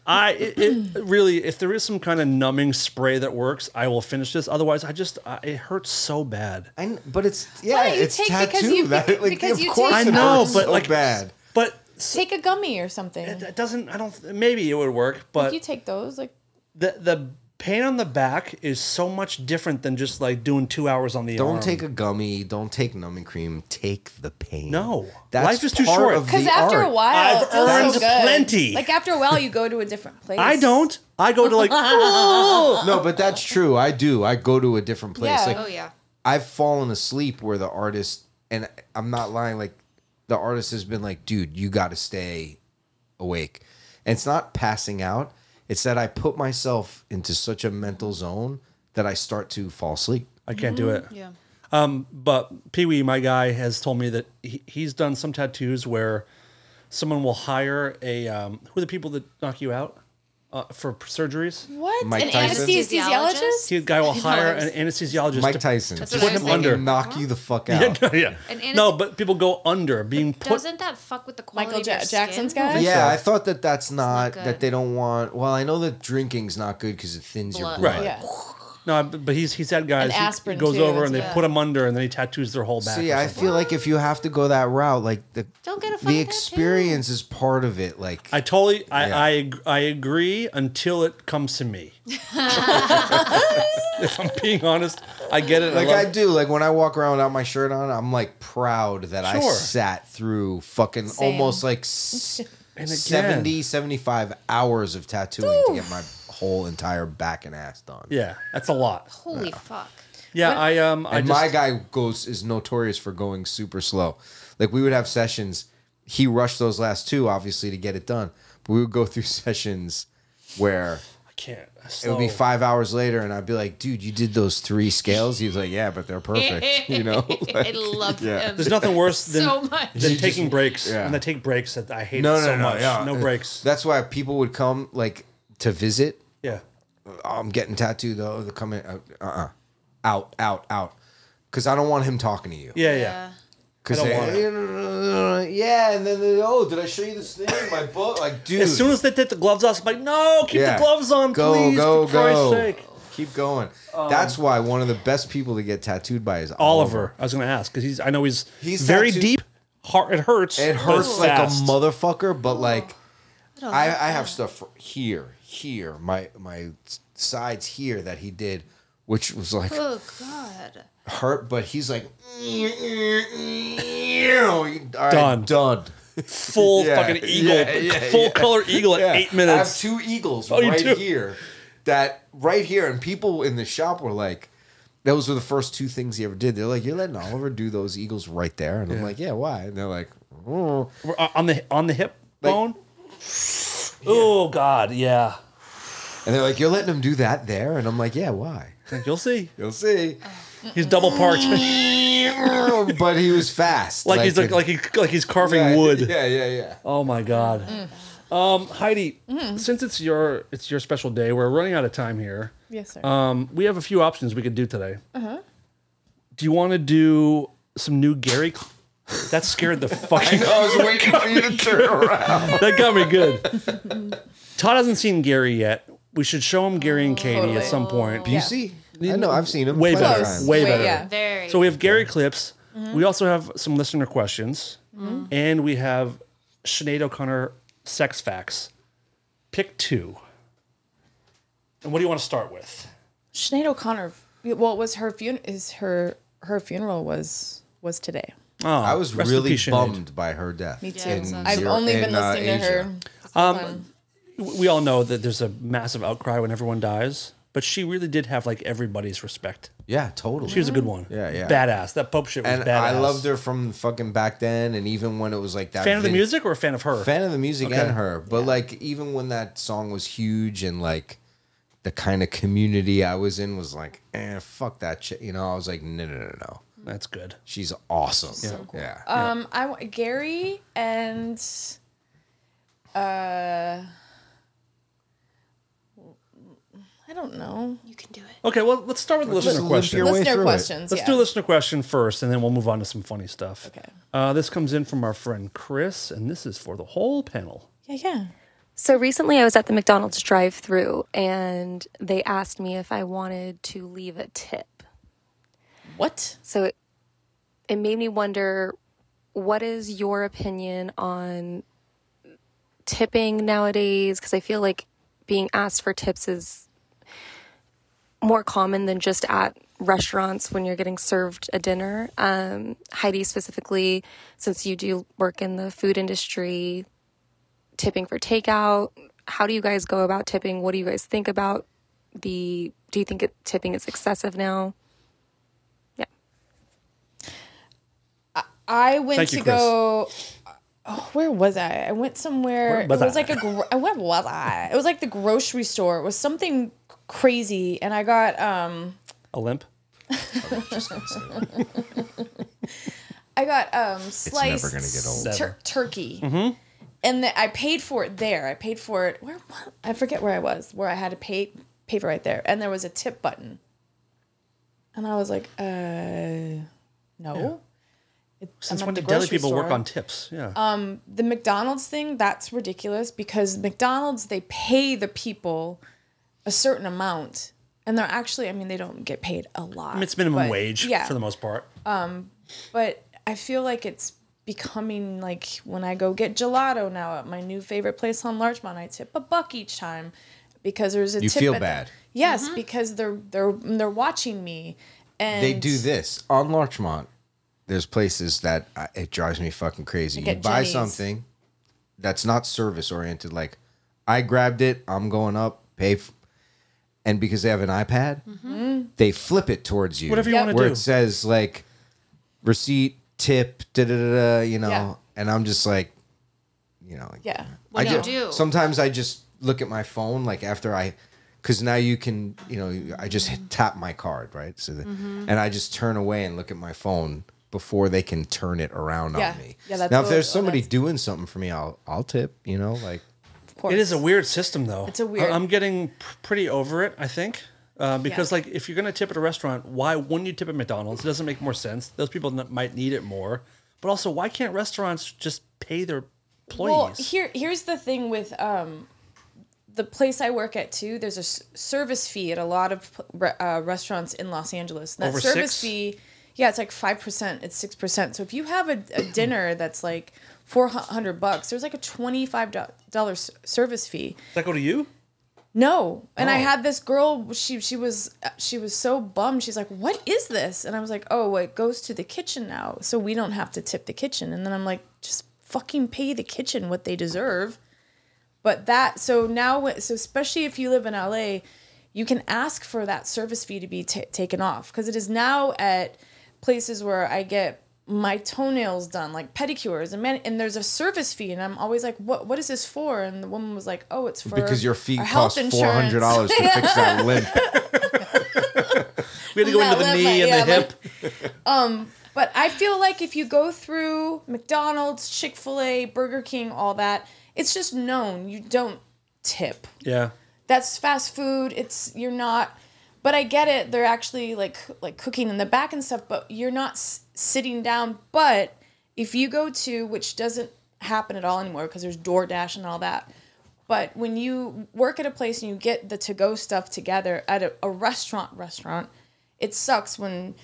I it, it, really, if there is some kind of numbing spray that works, I will finish this. Otherwise, I just I, it hurts so bad.
I, kn- but it's yeah,
Why do you
it's
take-
tattoo.
because you-
that, like,
because
of
you
course
take-
it
I know,
hurts
but,
so
like-
bad.
But
Take a gummy or something.
it doesn't. I don't. Maybe it would work, but
you take those, like
the the pain on the back is so much different than just like doing two hours on the
Don't
arm.
take a gummy. Don't take numbing cream. Take the pain.
No.
That's
Life is too
part
short.
of
because
the
after a
art.
while,
I've
it feels
earned
so good.
plenty.
Like after a while, you go to a different place.
I don't. I go to like
No, but that's true. I do. I go to a different place.
Yeah.
Like
Oh yeah.
I've fallen asleep where the artist, and I'm not lying, like the artist has been like, dude, you got to stay awake. And it's not passing out, it's that I put myself into such a mental zone that I start to fall asleep.
I can't do it. Um,
Yeah.
But Pee Wee, my guy, has told me that he, he's done some tattoos where someone will hire a um, who are the people that knock you out uh, for surgeries.
What?
Mike
An
Tyson?
anesthesiologist?
He, the guy will hire an anesthesiologist.
Mike
to-
Tyson.
That's what I
Put
was
him under.
thinking.
Knock you the fuck
(laughs) Yeah,
out.
no, yeah.
An
no,
anesthesi-
but people go under being put.
Doesn't that fuck with the quality
Michael
of your
ja- Jackson's
skin?
guy?
Yeah, I thought that that's not,
good.
that they don't want. Well, I know that drinking's not good because it thins
Blood.
your blood.
Right.
Yeah.
No, but he's he's had guys.
An
he-
aspirin
he goes
too,
over and they
yeah.
put him under and then he tattoos their whole back.
See,
or
I
something.
feel like if you have to go that route, like the
Don't get a fucking
the
tattoo.
experience is part of it. Like
I totally, I,
Yeah.
I, ag- I agree until it comes to me. (laughs) if I'm being honest, I get it.
Like
I,
I
love it.
do. Like when I walk around without my shirt on, I'm like proud that I
Sure.
(laughs)
sat through fucking almost like s-
again-
70, 75 hours of tattooing to get my whole entire back and ass done.
Yeah, that's a lot. (laughs)
Holy fuck.
Yeah, I um, I
and
just,
my guy goes is notorious for going super slow. Like we would have sessions. He rushed those last two, obviously, to get it done. But we would go through (laughs) sessions where
I can't.
it would be
slow.
five hours later, and I'd be like, "Dude, you did those three scales." He's like, "Yeah, but they're
(laughs)
perfect." You know,
(laughs) I
Like,
love
yeah.
him
There's nothing worse than
(laughs) so much.
than taking breaks.
yeah.
When they take breaks, that I hate
no,
it
no,
so
no,
much.
yeah.
No breaks.
That's why people would come like to visit.
yeah.
"Oh, I'm getting tattooed though. They're coming. Uh, uh, out, out, out. Because I don't want him talking to you.
yeah, yeah,
Yeah.
Because
I don't
they, (laughs)
want
yeah, and then they, oh, did I show you this thing in my book? Like, dude,
As soon as they take the gloves off, it's like, no, keep
Yeah.
the gloves on,
Go,
please,
go,
for Christ's
go.
sake.
keep going. That's why one of the best people to get tattooed by is
Oliver, I was going to ask because he's. I know he's.
He's
very
tattooed-
deep. Heart, it hurts.
It
but
hurts
it's
like a
fast.
motherfucker, but like,
don't
I,
like
I have stuff for here, here, my my sides here that he did, which was like
Oh god.
hurt, but he's like, (laughs) all right,
Done.
done.
Full
Yeah,
fucking eagle,
yeah, yeah,
full
yeah.
color eagle at
Yeah,
eight
I have
minutes. Oh,
two eagles
you
right
do?
here. That right here, and people in the shop were like, "Those were the first two things he ever did." They're like, "You're letting Oliver do those eagles right there," and I'm like, "Yeah, why?" And they're like, "Oh,
Uh, on the on the hip
Like-
bone. Oh God, yeah.
and they're like, "You're letting him do that there," and I'm like, "Yeah, why?"
You'll see.
You'll see. (laughs)
He's double parked,
(laughs)
like,
but he was fast,
he's like,
it-
like he like he's carving
yeah,
wood.
Yeah, yeah,
(laughs)
yeah.
Oh my God. Um, Heidi, since it's your it's your special day, we're running out of time here.
Yes, sir.
Um, we have a few options we could do today. Uh-huh. Do you want to do some new Gary? Cl- that scared the fucking.
I was waiting for
(laughs)
you to turn around.
that got me good. Todd hasn't seen Gary yet. We should show him Gary and Katie
Totally.
at some point.
Busey? I know, I've seen him.
Way
plenty of
better.
times.
Way better.
yeah.
Very
So we have Gary clips. We also have some listener questions, and we have Sinead O'Connor sex facts. Pick two. And what do you want to start with?
Sinead O'Connor. Well, it was her fun is her her funeral was was today.
Oh,
I was
rest in
really
peace, Sinead.
bummed by her death. Me
too. I've only been
uh,
listening to her. Um,
W- We all know that there's a massive outcry when everyone dies, but she really did have like everybody's respect.
Yeah, totally.
She was a good one.
Yeah, yeah.
Badass. That Pope shit was
and
badass.
I loved her from fucking back then, and even when it was like that.
Fan of the
vin-
music or a fan of her?
Fan of the music
Okay.
and her, but like even when that song was huge and like the kind of community I was in was like, eh, fuck that shit. You know, I was like, no, no, no, no.
That's good.
She's awesome. yeah. yeah.
um, I want Gary and uh, I don't know.
You can do it.
Okay, well, let's start with listener
limp
questions.
your way
Listener
through it.
questions.
Let's
yeah.
do a listener question first, and then we'll move on to some funny stuff.
Okay.
Uh, this comes in from our friend Chris, and this is for the whole panel.
Yeah, yeah.
So recently I was at the McDonald's drive through and they asked me if I wanted to leave a tip.
What?
So it, it made me wonder what is your opinion on tipping nowadays? Because I feel like being asked for tips is more common than just at restaurants when you're getting served a dinner. Um, Heidi, specifically, since you do work in the food industry, tipping for takeout. How do you guys go about tipping? What do you guys think about the? Do you think it, tipping is excessive now? Yeah.
I went
Thank
to
you,
go. Oh, where was I? I went somewhere.
Where was
it was
I?
like a. Gro- where was I? It was like the grocery store. It was something crazy, and I got um.
A limp?
I got um
It's
sliced
never gonna get old.
tur- turkey,
Mm-hmm.
and the, I paid for it there. I paid for it where what? I forget where I was, where I had to pay pay for right there, and there was a tip button, and I was like, uh, no. It-
Since
I'm at
when
the
did deli
grocery
people work
store. Um,
on tips? Yeah.
the McDonald's thing, that's ridiculous because McDonald's they pay the people a certain amount. And they're actually I mean, they don't get paid a lot.
I mean, it's minimum
but-
wage
Yeah.
for the most part.
but I feel like it's becoming like when I go get gelato now at my new favorite place on Larchmont, I tip a buck each time because there's a
You
tip
feel
at the-
bad.
yes,
Mm-hmm.
because they're they're they're watching me and
They do this on Larchmont. There's places that I, uh, it drives me fucking crazy.
Like
you
at
buy
Jenny's.
something, that's not service oriented. Like I grabbed it, I'm going up, pay, f- and because they have an iPad,
Mm-hmm.
they flip it towards you.
Whatever you wanna
where
do.
it says like receipt, tip, da da da da. You know,
Yeah.
and I'm just like, you know,
Yeah.
What do
I
you
ju-
do?
Sometimes I just look at my phone, like after I, because now you can, you know, I just hit, tap my card, right? So, the,
Mm-hmm.
and I just turn away and look at my phone before they can turn it around
Yeah.
on me.
Yeah, that's
now, if
what-
there's
oh,
somebody
that's-
doing something for me, I'll I'll tip. You know, like
Of course.
It is a weird system, though.
It's a weird-
I- I'm getting p- pretty over it. I think uh, because, like, if you're gonna tip at a restaurant, why wouldn't you tip at McDonald's? It doesn't make more sense. Those people n- might need it more. But also, why can't restaurants just pay their employees?
Well, here here's the thing with um, the place I work at too. There's a s- service fee at a lot of re- uh, restaurants in Los Angeles. That
Over
service
six?
fee, yeah, it's like five percent. It's six percent. So if you have a,
(clears throat)
a dinner that's like four hundred bucks, there's like a twenty five dollar service fee.
Does that go to you?
No. And
Oh.
I had this girl, she she was she was so bummed. She's like, "What is this?" And I was like, "Oh, well, it goes to the kitchen now. So we don't have to tip the kitchen." And then I'm like, "Just fucking pay the kitchen what they deserve." But that so now so especially if you live in LA, you can ask for that service fee to be ta taken off because it is now at places where I get my toenails done, like pedicures, and man, and there's a service fee, and I'm always like, what What is this for? And the woman was like, Oh, it's for
because your feet
our health
cost four hundred dollars to fix
(laughs)
that limp.
We had to go
Yeah,
into the
that
knee
might-
and
yeah,
the hip.
But I feel like if you go through McDonald's, Chick Fil A, Burger King, all that, it's just known. You don't tip.
yeah.
that's fast food. It's you're not. But I get it. They're actually like like cooking in the back and stuff. But you're not s- sitting down. But if you go to which doesn't happen at all anymore because there's DoorDash and all that. But when you work at a place and you get the to go stuff together at a, a restaurant restaurant, it sucks when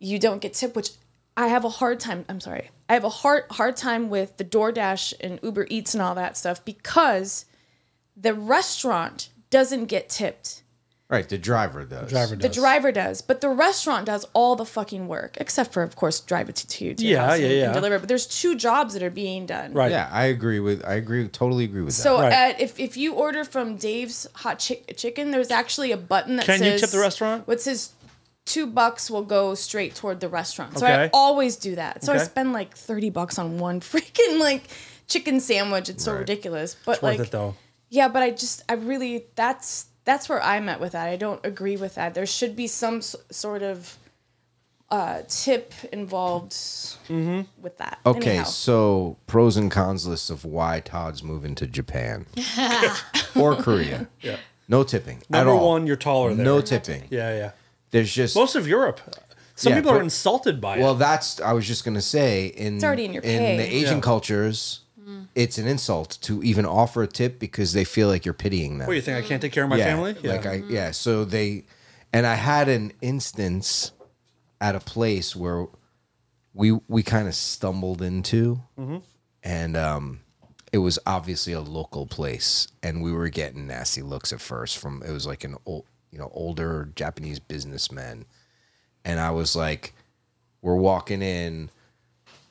you don't get tip. Which I have a hard time. I'm sorry. I have a hard hard time with the DoorDash and Uber Eats and all that stuff because the restaurant doesn't get tipped.
Right, the driver does.
Driver
The driver does, but the restaurant does all the fucking work, except for of course drive it to, to you. To your
Yeah,
house and-
yeah,
and
yeah.
deliver. But there's two jobs that are being done.
Right.
Yeah, I agree with. I agree. Totally agree with
So
that.
Right.
uh, if, if you order from Dave's Hot Chick- Chicken, there's actually a button that
Can you
says
tip the restaurant?
What says two bucks will go straight toward the restaurant. So I
Okay.
always do that. So I
Okay.
spend like thirty bucks on one (laughs) freaking like chicken sandwich. It's so ridiculous. But
Worth
like
it though.
Yeah, but I just I really that's that's where I'm at with that. I don't agree with that. There should be some s- sort of uh, tip involved
Mm-hmm.
with that.
okay,
Anyhow.
so pros and cons list of why Todd's moving to
(laughs)
Japan or Korea. Yeah. No tipping. at
Number
all.
one, you're taller there.
No tipping.
Yeah, yeah.
There's just
Most of Europe. Some
Yeah,
people are
but-
insulted by
well,
it.
that's I was just gonna say in
already in your pay. Mm.
the Asian
Yeah.
cultures, it's an insult to even offer a tip because they feel like you're pitying them.
What do you think? I can't take care of my
yeah,
family? Yeah.
Like I yeah, so they and I had an instance at a place where we we kind of stumbled into
Mm-hmm.
and um it was obviously a local place and we were getting nasty looks at first from it was like an old you know older Japanese businessman and I was like we're walking in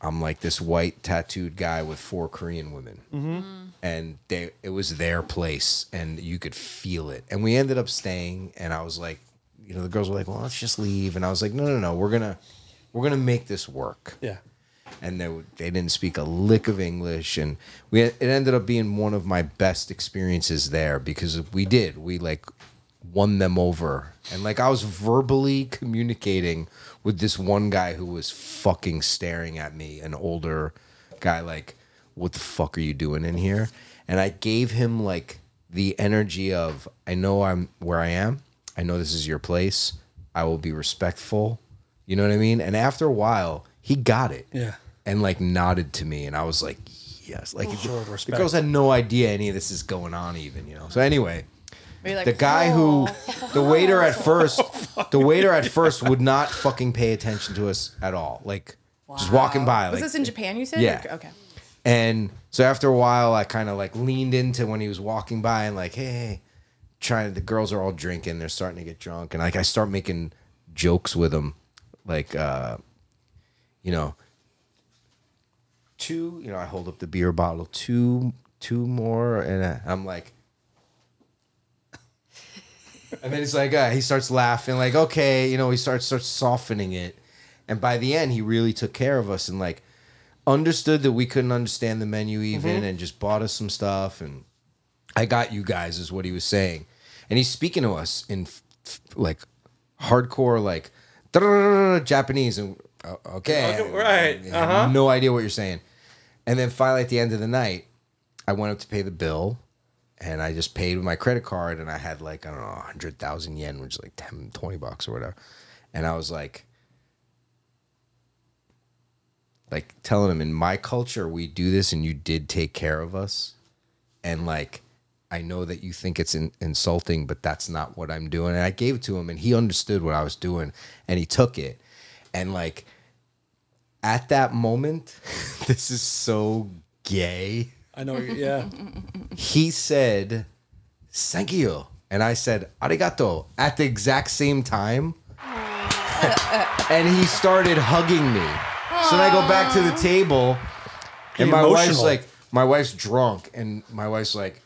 I'm like this white tattooed guy with four Korean women. And they it was their place and you could feel it. And we ended up staying and I was like, you know, the girls were like, "Well, let's just leave." And I was like, "No, no, no. We're going to we're going to make this work."
yeah.
And they were- they didn't speak a lick of English and we it ended up being one of my best experiences there because we did. We like won them over. And like I was verbally communicating with this one guy who was fucking staring at me, an older guy, like, what the fuck are you doing in here? And I gave him like the energy of, I know I'm where I am. I know this is your place. I will be respectful. You know what I mean? And after a while, he got it.
Yeah.
And like nodded to me. And I was like, yes. Like, the
respect.
girls had no idea any of this is going on, even, you know? So, anyway
Were you like,
the guy
"Oh."
who the waiter
(laughs)
at first the waiter at first would not fucking pay attention to us at all like just walking by
was
like
this in Japan? You said
Yeah.
Or- okay.
and so after a while i kind of like leaned into when he was walking by and like hey, hey trying the girls are all drinking they're starting to get drunk and like i start making jokes with them like uh you know two, you know, I hold up the beer bottle, two, two more, and I- I'm like, and then it's like uh, he starts laughing, like okay, you know, he starts starts softening it, and by the end, he really took care of us and like understood that we couldn't understand the menu even, and just bought us some stuff, and I got you guys is what he was saying, and he's speaking to us in f- f- like hardcore like Japanese and uh, okay,
Okay, right,
I have no idea what you're saying, and then finally at the end of the night, I went up to pay the bill and I just paid with my credit card and I had like, I don't know, 100,000 yen, which is like 10, 20 bucks or whatever. And I was like, like telling him in my culture, we do this and you did take care of us. And like, I know that you think it's in, insulting, but that's not what I'm doing. And I gave it to him and he understood what I was doing and he took it. And like, at that moment, (laughs) this is so gay
I know. Yeah.
he said thank you and i said arigato at the exact same time (laughs) and he started hugging me so then i go back to the table and
Be
my wife's
emotional.
like my wife's drunk and my wife's like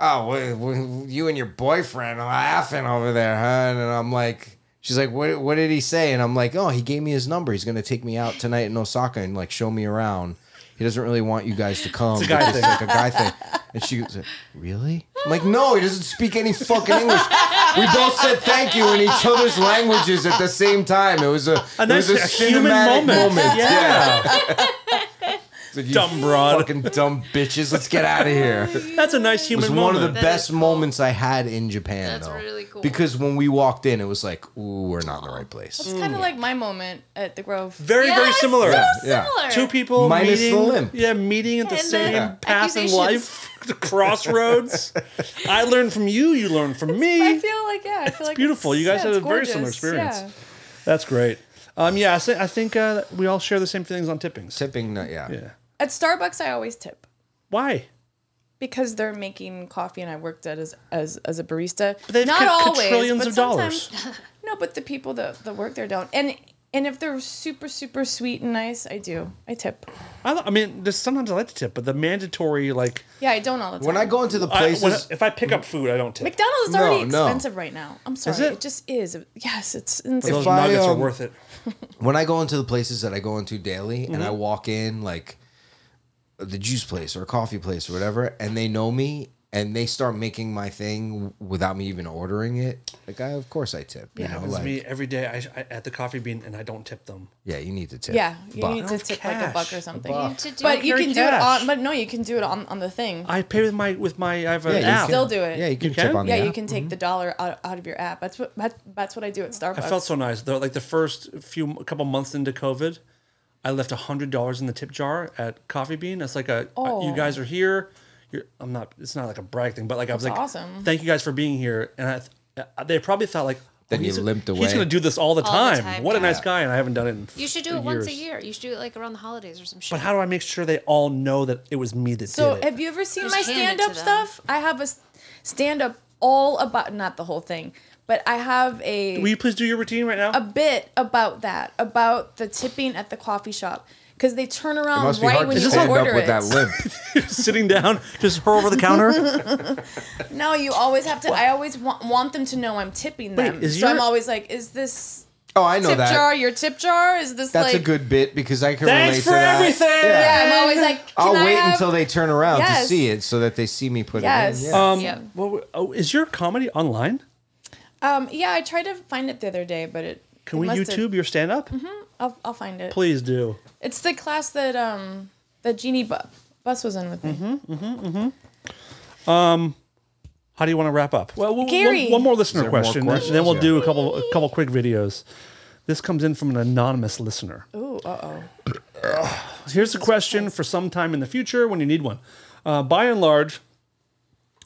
oh wha- wha- you and your boyfriend are laughing over there huh and i'm like she's like what, what did he say and i'm like oh he gave me his number he's going to take me out tonight in osaka and like show me around he doesn't really want you guys
(laughs)
to come
guy
because
thing.
like a guy thing and she goes really I'm like no he doesn't speak any fucking english we both said thank you in each other's languages at the same time it was a, it was
nice-
a,
a human
cinematic
moment.
yeah, It's like, you
Dumb broad.
fucking dumb bitches let's get out of here
That's a nice
it
human
was one of the
moment.
That
best
is cool.
moments I had in Japan.
That's
though,
really cool.
Because when we walked in, it was like, ooh, we're not in the right place.
It's kind of like my moment at the Grove.
Mm. very very
Yes,
similar.
so
Yeah.
similar.
Two people
Minus the
meeting,
limb.
yeah, meeting at the
And the
same path in
accusations.
life, (laughs) the crossroads. I learned from you. You learned from
I
me.
feel like yeah, I feel like
beautiful.
it's-
You guys
yeah,
had
it's
a very similar
gorgeous.
experience.
Yeah.
That's great. Um, yeah, I, say, I think uh, we all share the same feelings on tippings.
Tipping, no, yeah.
Yeah.
At Starbucks, I always tip
Why?
because they're making coffee, and I worked at as as, as a barista. But
They've
not
cut- cut
always,
trillions
but
of dollars.
sometimes- No, but the people that that work there don't. And and if they're super super sweet and nice, I do. I tip.
I, li- I mean, there's, sometimes I like to tip, but the mandatory like
Yeah, I don't all the time.
When I go into the
I,
places,
when, if I pick up food, I don't tip.
McDonald's is
No,
already
no.
expensive right now. I'm sorry,
it?
it? just is. Yes, it's insane.
Those
I,
nuggets are
um,
worth it.
when I go into the places that I go into daily, and
Mm-hmm.
I walk in like the juice place or a coffee place or whatever, and they know me. And they start making my thing without me even ordering it. Like I, of course, I tip. You
It
know,
happens
like
to me every day. I, I at the coffee bean and I don't tip them.
yeah, you need to tip.
Yeah, you
But-
need to tip like a buck or something.
You need to do
But you
carry
can do it
cash.
on. But no, you can do it on, on the thing.
I pay with my with my. I have an
Yeah, you
app.
can-
Still do it.
Yeah, you can,
You
tip
can?
on the
yeah, you
app.
can take the dollar out, out of your app. That's what that, that's what I do at Starbucks.
I felt so nice though. Like the first few a couple months into COVID, I left hundred dollars in the tip jar at Coffee Bean. That's like a you
Oh.
guys are here. You're, I'm not. It's not like a brag thing, but like I was like,
awesome.
Thank you guys for being here. And I, th- they probably thought like,
Then
he's
you
a-
limped away.
He's gonna do this all the,
All
time.
the time,
What a
yeah.
nice guy, and I haven't done it. In
You should do it
years.
once a year. You should do it like around the holidays or some shit.
But how do I make sure they all know that it was me that
So
did it?
have you ever seen
Just
my
hand
stand
it
up
to them.
stuff? I have a stand up all about not the whole thing, but I have a
Will you please do your routine right now?
a bit about that about the tipping at the coffee shop because they turn
It
around
must be
right
hard
when
to
you
stand up
order
with
it.
that limp.
Sitting down, (laughs) just her over the
(laughs)
counter.
No, you always have to. I always want, want them to know I'm tipping
Wait,
them.
is
so I'm
your-
always like, is this
Oh, I know
tip
that.
jar your tip jar? Is this
That's
like
a good bit because I can
Thanks
relate to
for
that.
everything!
Yeah, I'm always
(laughs)
like, can
I'll
I
wait
have-
until they turn around to
Yes.
see it so that they see me put
Yes.
it in. Yeah.
Um,
Yeah.
well, oh, is your comedy online?
Um, yeah, I tried to find it the other day, but it.
Can
it
we
must have-
YouTube your stand up?
Mm-hmm.
I'll, I'll find it.
Please do.
It's the class that um that Jeannie bu- Bus was in with me.
How do you want to wrap up? Well, we'll-
Gary.
One, one more listener
there more
question,
questions?
and then we'll
Yeah.
do a couple a couple quick videos. This comes in from an anonymous listener.
Ooh, uh oh.
Here's a question for sometime in the future when you need one. Uh, by and large,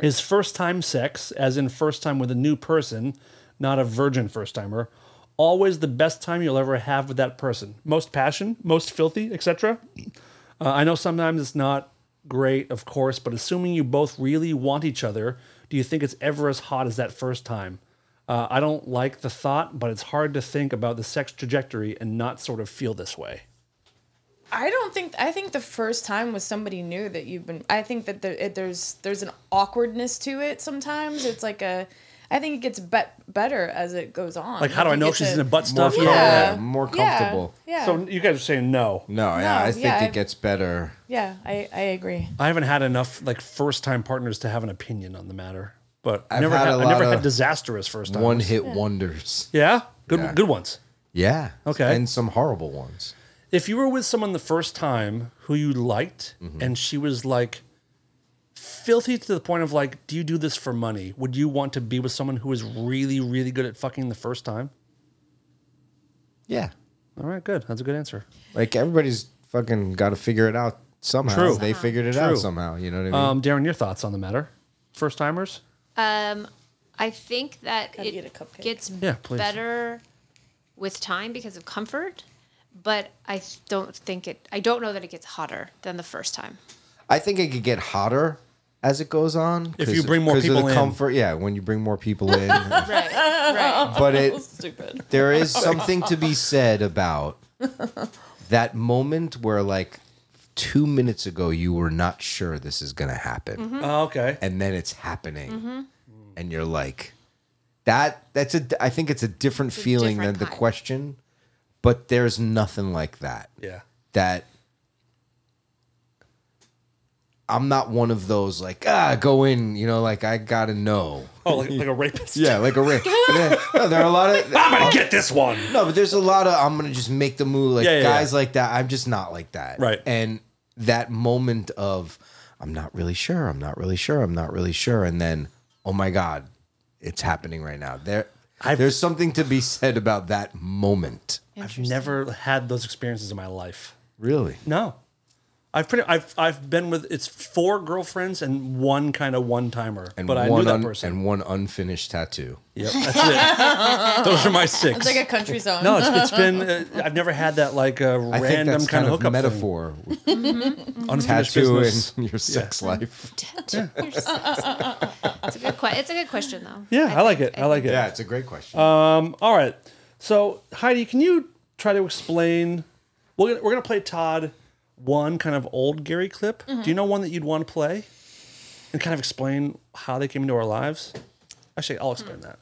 is first time sex, as in first time with a new person, not a virgin first timer, always the best time you'll ever have with that person? Most passion, most filthy, etc. Uh, I know sometimes it's not great, of course, but assuming you both really want each other, do you think it's ever as hot as that first time? Uh, I don't like the thought, but it's hard to think about the sex trajectory and not sort of feel this way.
I don't think I think the first time was somebody new that you've been. I think that there, it, there's there's an awkwardness to it sometimes. It's like a, I think it gets bet better as it goes on.
Like, how do I
think
know if
it's
she's
a-
into butt stuff?
com-
Yeah.
yeah, more
yeah,
comfortable.
Yeah,
So you guys are saying no.
No, yeah,
No,
I think
yeah, I-
it gets better.
yeah, I I agree.
I haven't had enough like first time partners to have an opinion on the matter, but I
I've
never
had
had,
a
I never
lot
had
of
disastrous first time.
One hit
(laughs)
wonders.
Yeah, good
Yeah.
good ones.
Yeah.
Okay.
And some horrible ones.
If you were with someone the first time who you liked
Mm-hmm.
and she was like filthy to the point of like, do you do this for money? Would you want to be with someone who is really really good at fucking the first time?
Yeah.
All right, good. That's a good answer.
Like everybody's fucking got to figure it out somehow.
True.
They figured it
True.
out somehow. You know what I mean?
Um, Darren, your thoughts on the matter? First timers?
Um, I think that
Gotta
it
get a cupcake.
gets
Yeah, please.
better with time because of comfort, but I don't think it. I don't know that it gets hotter than the first time.
I think it could get hotter as it goes on.
If
'cause-
you bring more
'cause of
people
the
in.
comfort, yeah, when you bring more people
(laughs)
in,
Right, (laughs) right.
but it
(laughs) Stupid.
there is something to be said about that moment where like two minutes ago you were not sure this is gonna happen,
Oh, okay.
and then it's happening, and you're like, that that's a I think it's a different feeling
different
than the
kind.
question, but there's nothing like that
Yeah.
that I'm not one of those like ah go in you know like I gotta know
Oh,
(laughs)
like, like a rapist.
yeah like a rape no, there are a lot of
(laughs) I'm gonna get this one.
no but there's a lot of I'm gonna just make the move like
Yeah, yeah,
guys
yeah.
like that I'm just not like that
Right.
and that moment of I'm not really sure I'm not really sure I'm not really sure and then oh my god it's happening right now there
I've-
there's something to be said about that moment
I've never had those experiences in my life.
really
No. I've pretty I've I've been with it's four girlfriends and one kind of one timer.
and
But I
one
knew that
un-
person.
and one unfinished tattoo
Yep, that's it.
(laughs)
Those are my six.
It's like a country song.
no, it's, it's
(laughs)
been uh, I've never had that like uh,
I
random
think that's
kind of hookup thing.
metaphor with
Unfinished
tattoo
business.
and (laughs) your sex life.
You're so- it's a good question. It's a good question though.
Yeah, I, like it. I like it.
Yeah, it's a great question.
Um, all right. So Heidi, can you try to explain? We're gonna, we're gonna play Todd one kind of old Gary clip. Do
Mm-hmm.
you know one that you'd want to play and kind of explain how they came into our lives? Actually, I'll explain
Hmm.
that.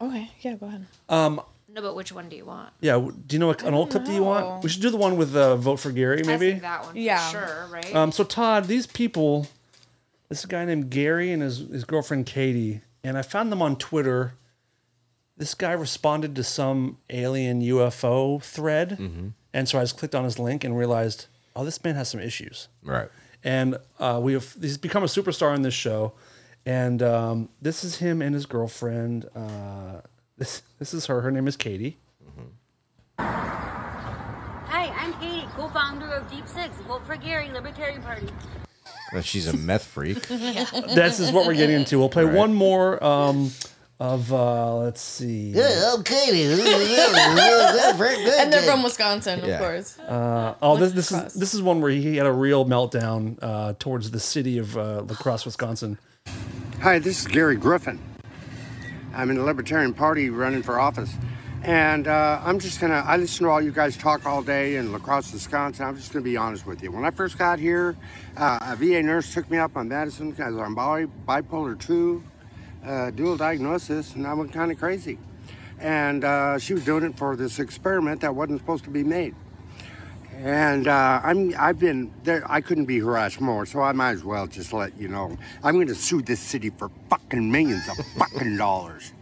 Okay, yeah, go ahead.
No, but which one do you want?
Yeah. w- Do you know what, an old clip that you want?
know.
We should do the one with uh, vote for Gary,
I
maybe.
think that one. For
Yeah.
Sure. Right.
Um, so Todd, these people, this guy named Gary and his, his girlfriend Katie, and I found them on Twitter. This guy responded to some alien UFO thread,
Mm-hmm.
and so I just clicked on his link and realized, oh, this man has some issues.
right.
And uh, we have he's become a superstar in this show, and um, this is him and his girlfriend. Uh, this this is her. Her name is Katie.
Hi, I'm Katie, co-founder of Deep Six. Vote for Gary, Libertarian Party.
Well, she's a meth freak.
This is what we're getting into. We'll play
Right.
one more um, of uh, let's see.
And they're from Wisconsin,
Yeah.
of course.
Oh, this, this is this is one where he had a real meltdown uh, towards the city of uh, La Crosse, Wisconsin.
Hi, this is Gary Griffin. I'm in the Libertarian Party running for office. And uh, I'm just going to, I listen to all you guys talk all day in lacrosse, Wisconsin. I'm just going to be honest with you. When I first got here, uh, a VA nurse took me up on Madison because I'm bi- bipolar 2, uh, dual diagnosis, and I went kind of crazy. And uh, she was doing it for this experiment that wasn't supposed to be made. And uh, I'm I've been there. I couldn't be harassed more, so I might as well just let you know. I'm going to sue this city for fucking millions of fucking dollars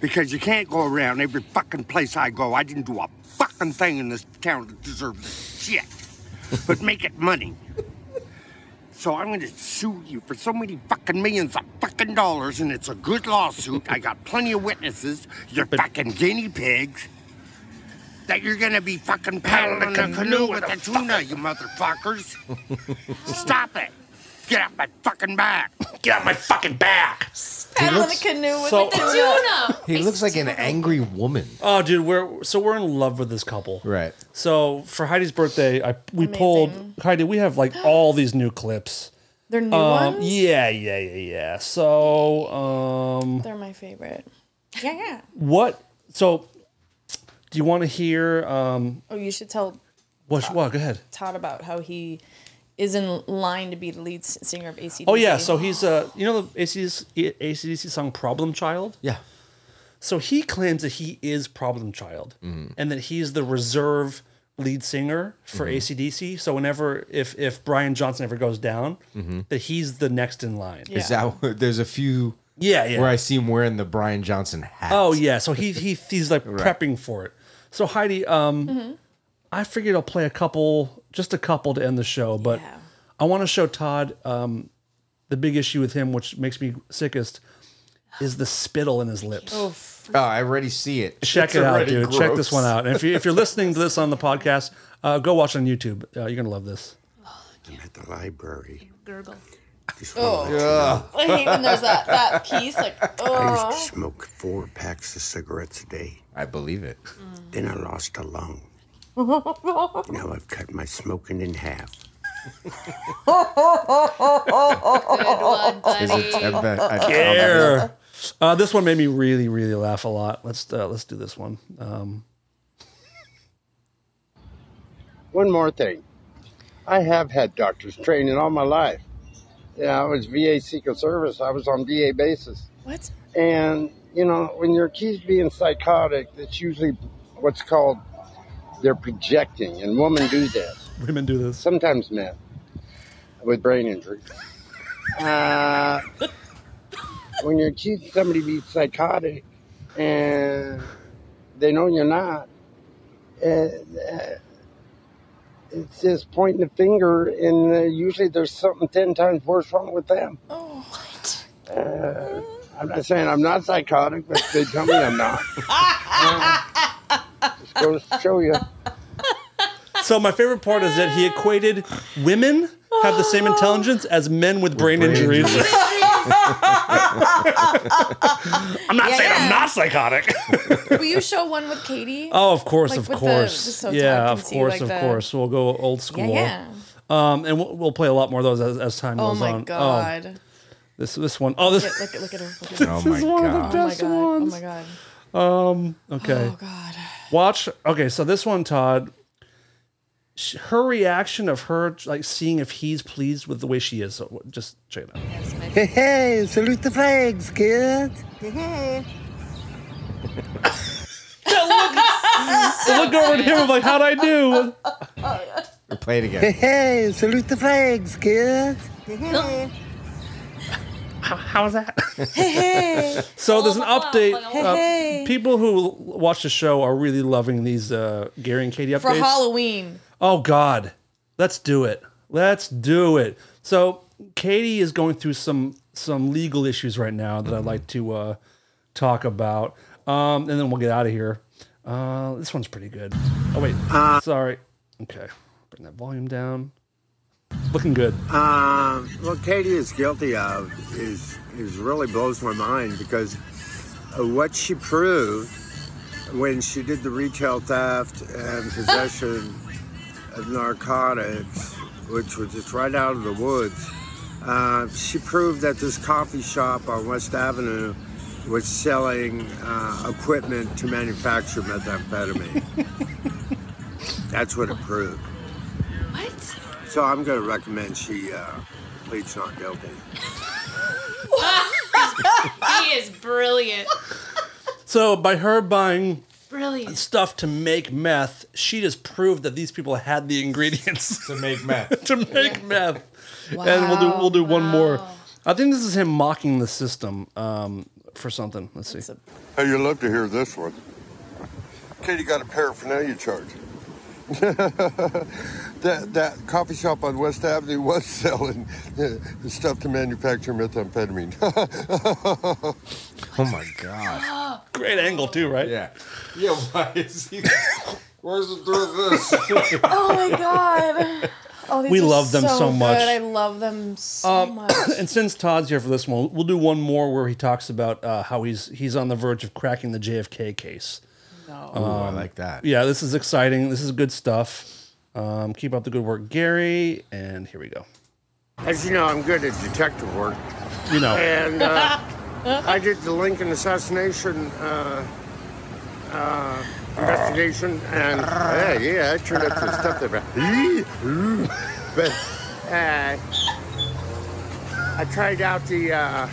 because you can't go around every fucking place I go. I didn't do a fucking thing in this town that deserves this shit, but make it money. So I'm going to sue you for so many fucking millions of fucking dollars, and it's a good lawsuit. I got plenty of witnesses. You're fucking guinea pigs that you're gonna be fucking paddling the canoe with the tuna, you motherfuckers. Stop it. Get out my fucking back. Get out my fucking back.
Paddling
looks-
a canoe with
so-
the tuna.
He looks like an angry woman.
(laughs) Oh, dude, we're so we're in love with this couple,
Right.
So for Heidi's birthday, I we pulled Heidi. We have like all these new clips.
They're new
Um,
ones.
yeah, yeah, yeah, yeah. So, um,
They're my favorite. Yeah, yeah.
what? So, do you want to hear? Um,
Oh, you should tell
What? What? Go ahead.
Taught about how he is in line to be the lead s- singer of ACDC.
Oh yeah, so he's uh, you know the ACDC, ACDC song "Problem Child."
Yeah.
So he claims that he is Problem Child and that he's the reserve lead singer for ACDC. So whenever if if Brian Johnson ever goes down, that he's the next in line. Yeah,
Is that (laughs) where- there's a few
yeah.
where I see him wearing the Brian Johnson hat?
Oh yeah, so he, he he's like prepping for it. So Heidi, um, I figured I'll play a couple, just a couple to end the show, but
Yeah.
I want to show Todd um, the big issue with him, which makes me sickest, is the spittle in his lips.
Oh, I already see it.
Check
It's
it out,
already
dude. Check this
gross.
one out. And if you if you're listening to this on the podcast, uh, go watch it on YouTube. Uh, you're gonna love this.
I'm at the library.
Gurgle.
Just wanna let you
I (laughs) hate when there's that that piece like
know, I used
oh
to smoke four packs of cigarettes a day.
I believe it.
Then I lost a lung. now I've cut my smoking in half.
Oh.
Good one,
Is it
buddy.
I bet- I- I'll-
Air. Uh, this one made me really really laugh a lot. Let's uh, let's do this one. Um,
One more thing. I have had doctors training all my life. Yeah, I was VA Secret Service. I was on VA basis.
what?
And, you know, when you're accused of being psychotic, that's usually what's called they're projecting. And women do that,
women do this.
sometimes men with brain injury. Uh, when you're accused of somebody being psychotic and they know you're not, uh, uh, it's just pointing the finger, and uh, usually there's something 10 times worse wrong with them. Uh,
Oh what?
I'm not saying I'm not psychotic, but they tell me
(laughs)
I'm not. Uh, just goes to show you.
So my favorite part is that he equated women have the same intelligence as men with brain,
brain
injuries. (laughs) I'm not saying
Yeah.
I'm not psychotic.
Will you show one with Katie?
oh, of course,
Like
of
with the-
course,
just so Todd
yeah,
can
of
see,
course,
like,
of
the-
course. We'll go old school,
yeah, yeah.
um, and we'll, we'll play a lot more of those as, as time
Oh
goes
my
on. Oh,
god.
this this one. Oh, this.
Look, look, at- look at her. Look at her.
Oh my god.
Oh
best
my god. Oh
ones.
my god.
Okay.
Oh god.
Watch. Okay, so this one, Todd. sh- Her reaction of her like seeing if he's pleased with the way she is. So just check it out.
Hey, hey, salute the flags, kid.
Oh,
Look over at him. I'm like, how'd I do?
Play it again.
Hey, salute the flags, kid.
How's that? so there's an
Oh,
update. Uh, People who l- watch the show are really loving these uh, Gary and Katie updates.
For Halloween.
Oh God, let's do it. Let's do it. So Katie is going through some some legal issues right now that I'd like to uh, talk about, um, and then we'll get out of here. Uh, this one's pretty good. Oh wait, sorry. Okay, bring that volume down. Looking good.
Um, what Katie is guilty of is is really blows my mind because uh, what she proved when she did the retail theft and possession of narcotics, which was just right out of the woods, uh, she proved that this coffee shop on West Avenue was selling uh, equipment to manufacture methamphetamine. That's what it proved.
What?
So I'm going to recommend she uh, pleads not guilty.
He is brilliant.
So by her buying
Brilliant.
stuff to make meth, she just proved that these people had the ingredients
To (laughs) make meth.
(laughs) to make meth. And we'll do we'll do one more. I think this is him mocking the system um, for something. Let's see.
Hey, you love to hear this one. Katie got a paraphernalia charge. (laughs) that that coffee shop on West Avenue was (laughs) selling uh, stuff to manufacture methamphetamine. (laughs)
Oh my god.
Great angle too, right?
Yeah. Yeah. Why is (laughs) he? Where's the through this?
(laughs) Oh my god. Oh, these
We
are
love them so much. Uh,
Good. I love them so much.
(coughs) And since Todd's here for this one, we'll do one more where he talks about uh, how he's he's on the verge of cracking the JFK case.
Oh, I like that.
Yeah, this is exciting. This is good stuff. Um, keep up the good work, Gary. And here we go.
As you know, I'm good at detective work,
You know,
and uh, I did the Lincoln assassination uh, uh, investigation, and uh, yeah, I turned up some stuff there, but, but uh, I tried out the uh,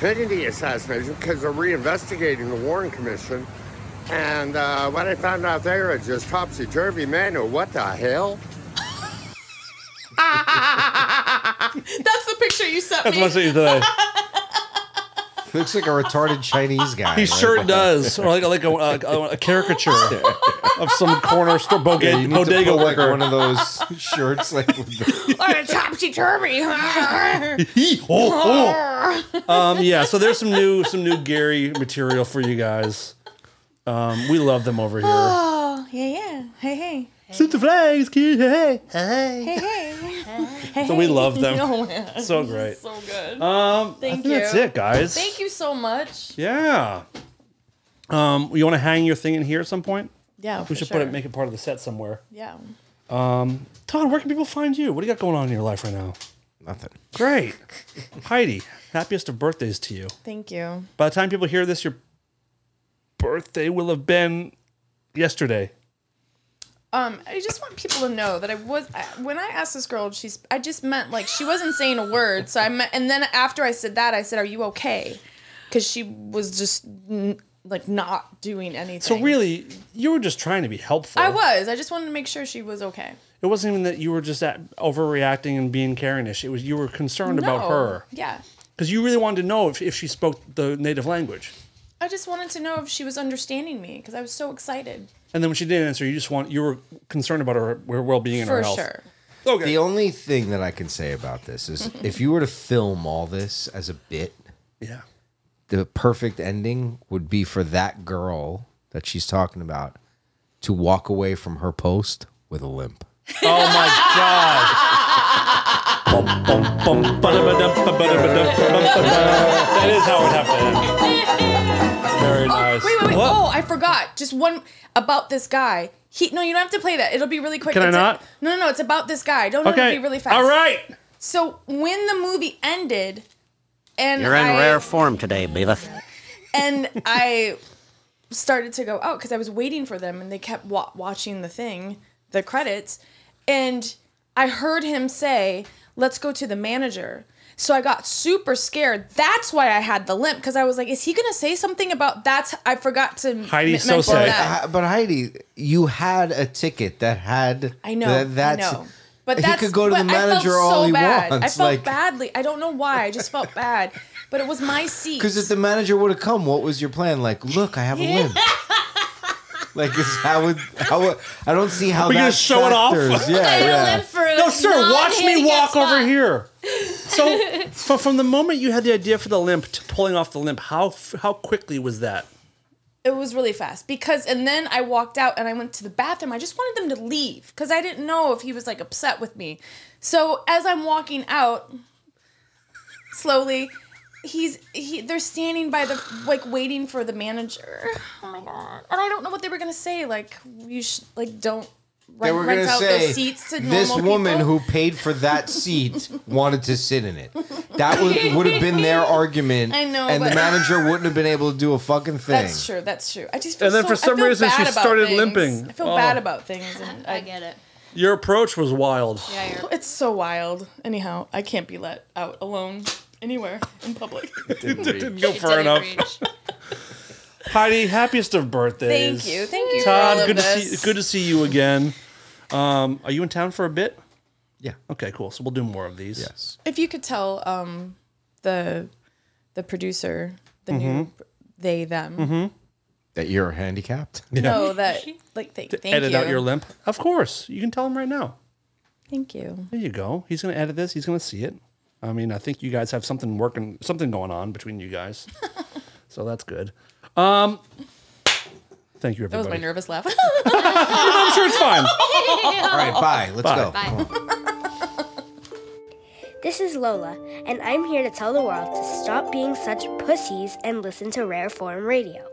Kennedy assassination because they're reinvestigating the Warren Commission, and uh, what I found out there is just topsy turvy, man. Or what the hell?
That's the picture you sent
That's
me.
what I sent you today. (laughs)
Looks like a retarded Chinese (laughs) guy.
He
right?
sure does, or like like a, a, a (laughs) caricature of some corner store boga-
Yeah, you need to
bodega
put, like,
worker.
one of (laughs) those shirts, like with the-
Or a topsy (laughs) turvy.
Hee, oh, oh. (laughs) Um, yeah, so there's some new some new Gary material for you guys. Um, we love them over here. (gasps)
oh, yeah, yeah. Hey, hey.
Shoot the flags, kid. Hey, hey.
Hey, hey.
(laughs) So we love
(laughs)
them.
Oh, man.
So great.
So good.
Um, I
Thank
think that's
you.
it, guys.
Thank you so much.
Yeah. Um, you want to hang your thing in here at some point?
Yeah,
We should put it, make it part of the set somewhere.
Yeah.
Todd, where can people find you? What do you got going on in your life right now?
nothing.
(laughs)
Great. Heidi, happiest of birthdays to you.
Thank you.
By the time people hear this, your birthday will have been yesterday.
Um, I just want people to know that I was I, when I asked this girl, she's I just meant like she wasn't saying a word. So I meant, and then after I said that, I said, "Are you okay?" Because she was just n- like not doing anything.
So really, you were just trying to be helpful.
I was. I just wanted to make sure she was okay.
It wasn't even that you were just at, overreacting and being Karenish. It was you were concerned about
No.
her
Yeah.
because you really wanted to know if, if she spoke the native language.
I just wanted to know if she was understanding me because I was so excited.
And then when she didn't answer, you just want you were concerned about her, her well being and her
For
health.
sure.
The only thing that I can say about this
(laughs)
is if you were to film all this as a bit,
Yeah.
the perfect ending would be for that girl that she's talking about to walk away from her post with a limp.
Oh my
(laughs)
god. Bum, bum, bum, ba-da-ba-dum, ba-ba-da-ba-dum, ba-ba-da-ba-dum. That is how it would have to end. Very nice.
Wait, wait, wait.
What?
Oh, I forgot. Just one about this guy. He no, you don't have to play that. It'll be really quick.
Can I
It's a-
not?
no, no, no. It's about this guy. Don't
Okay.
it'll be really fast.
All right.
So when the movie ended, and
You're in
I,
rare form today, Beavis.
(laughs) and I started to go out because I was waiting for them, and they kept wa- watching the thing, the credits, and I heard him say, "Let's go to the manager." So I got super scared. That's why I had the limp because I was like, "Is he gonna say something about that's?" I forgot to
Heidi
m- mention
Sose.
that.
Uh, But Heidi, you had a ticket that had
I know.
that-
I know. But that's,
he could go to
but
the manager
I felt
all
so
he
bad.
wants.
I felt
like,
badly. I don't know why. I just felt bad. But it was my
(laughs)
seat.
Because if the manager would have come, what was your plan? Like, look, I have a
(laughs)
limp. like, is how would how would- I don't see how
We gonna
that
show it off?
(laughs)
factors. Yeah, yeah.
No, sir, watch me walk over
(laughs)
here. So, f- from the moment you had the idea for the limp to pulling off the limp, how f- how quickly was that?
it was really fast because and then I walked out and I went to the bathroom. I just wanted them to leave because I didn't know if he was like upset with me. So as I'm walking out slowly, he's he they're standing by the like waiting for the manager. Oh my god. And I don't know what they were gonna say. Like you should like don't
They
rent,
were
rent
gonna
out
say
those seats to normal
this woman
people."
who paid for that seat wanted to sit in it. That would would have been their argument.
(laughs) I know,
and the
but-
manager wouldn't have been able to do a fucking thing.
That's true. That's true. I just feel
And then
so-
for
I
some
feel
reason, she
bad about
started
things.
limping.
I feel
Oh.
bad about things, and (laughs)
I
I,
get it.
Your approach was wild.
Yeah, you're-
it's so wild. Anyhow, I can't be let out alone anywhere in public.
(laughs) It didn't go
it
far
didn't
enough.
reach.
Heidi, happiest of birthdays.
Thank you. Thank you. for all
Todd,
of
good to
this.
see good to see you again. Um, are you in town for a bit?
Yeah.
Okay, cool. So we'll do more of these.
Yes.
If you could tell um, the the producer, the new
Mm-hmm.
they them,
That you're handicapped.
know that like thank, thank
edit
you.
out your limp. Of course, you can tell him right now.
thank you.
There you go. He's gonna edit this. He's gonna see it. I mean, I think you guys have something working, something going on between you
(laughs)
guys, so that's good. Um, thank you,
That was
everybody.
my nervous
(laughs)
laugh.
I'm sure it's fine.
(laughs)
All right, bye. Let's go.
Bye.
Come on.
This is Lola, and I'm here to tell the world to stop being such pussies and listen to Rare Form Radio.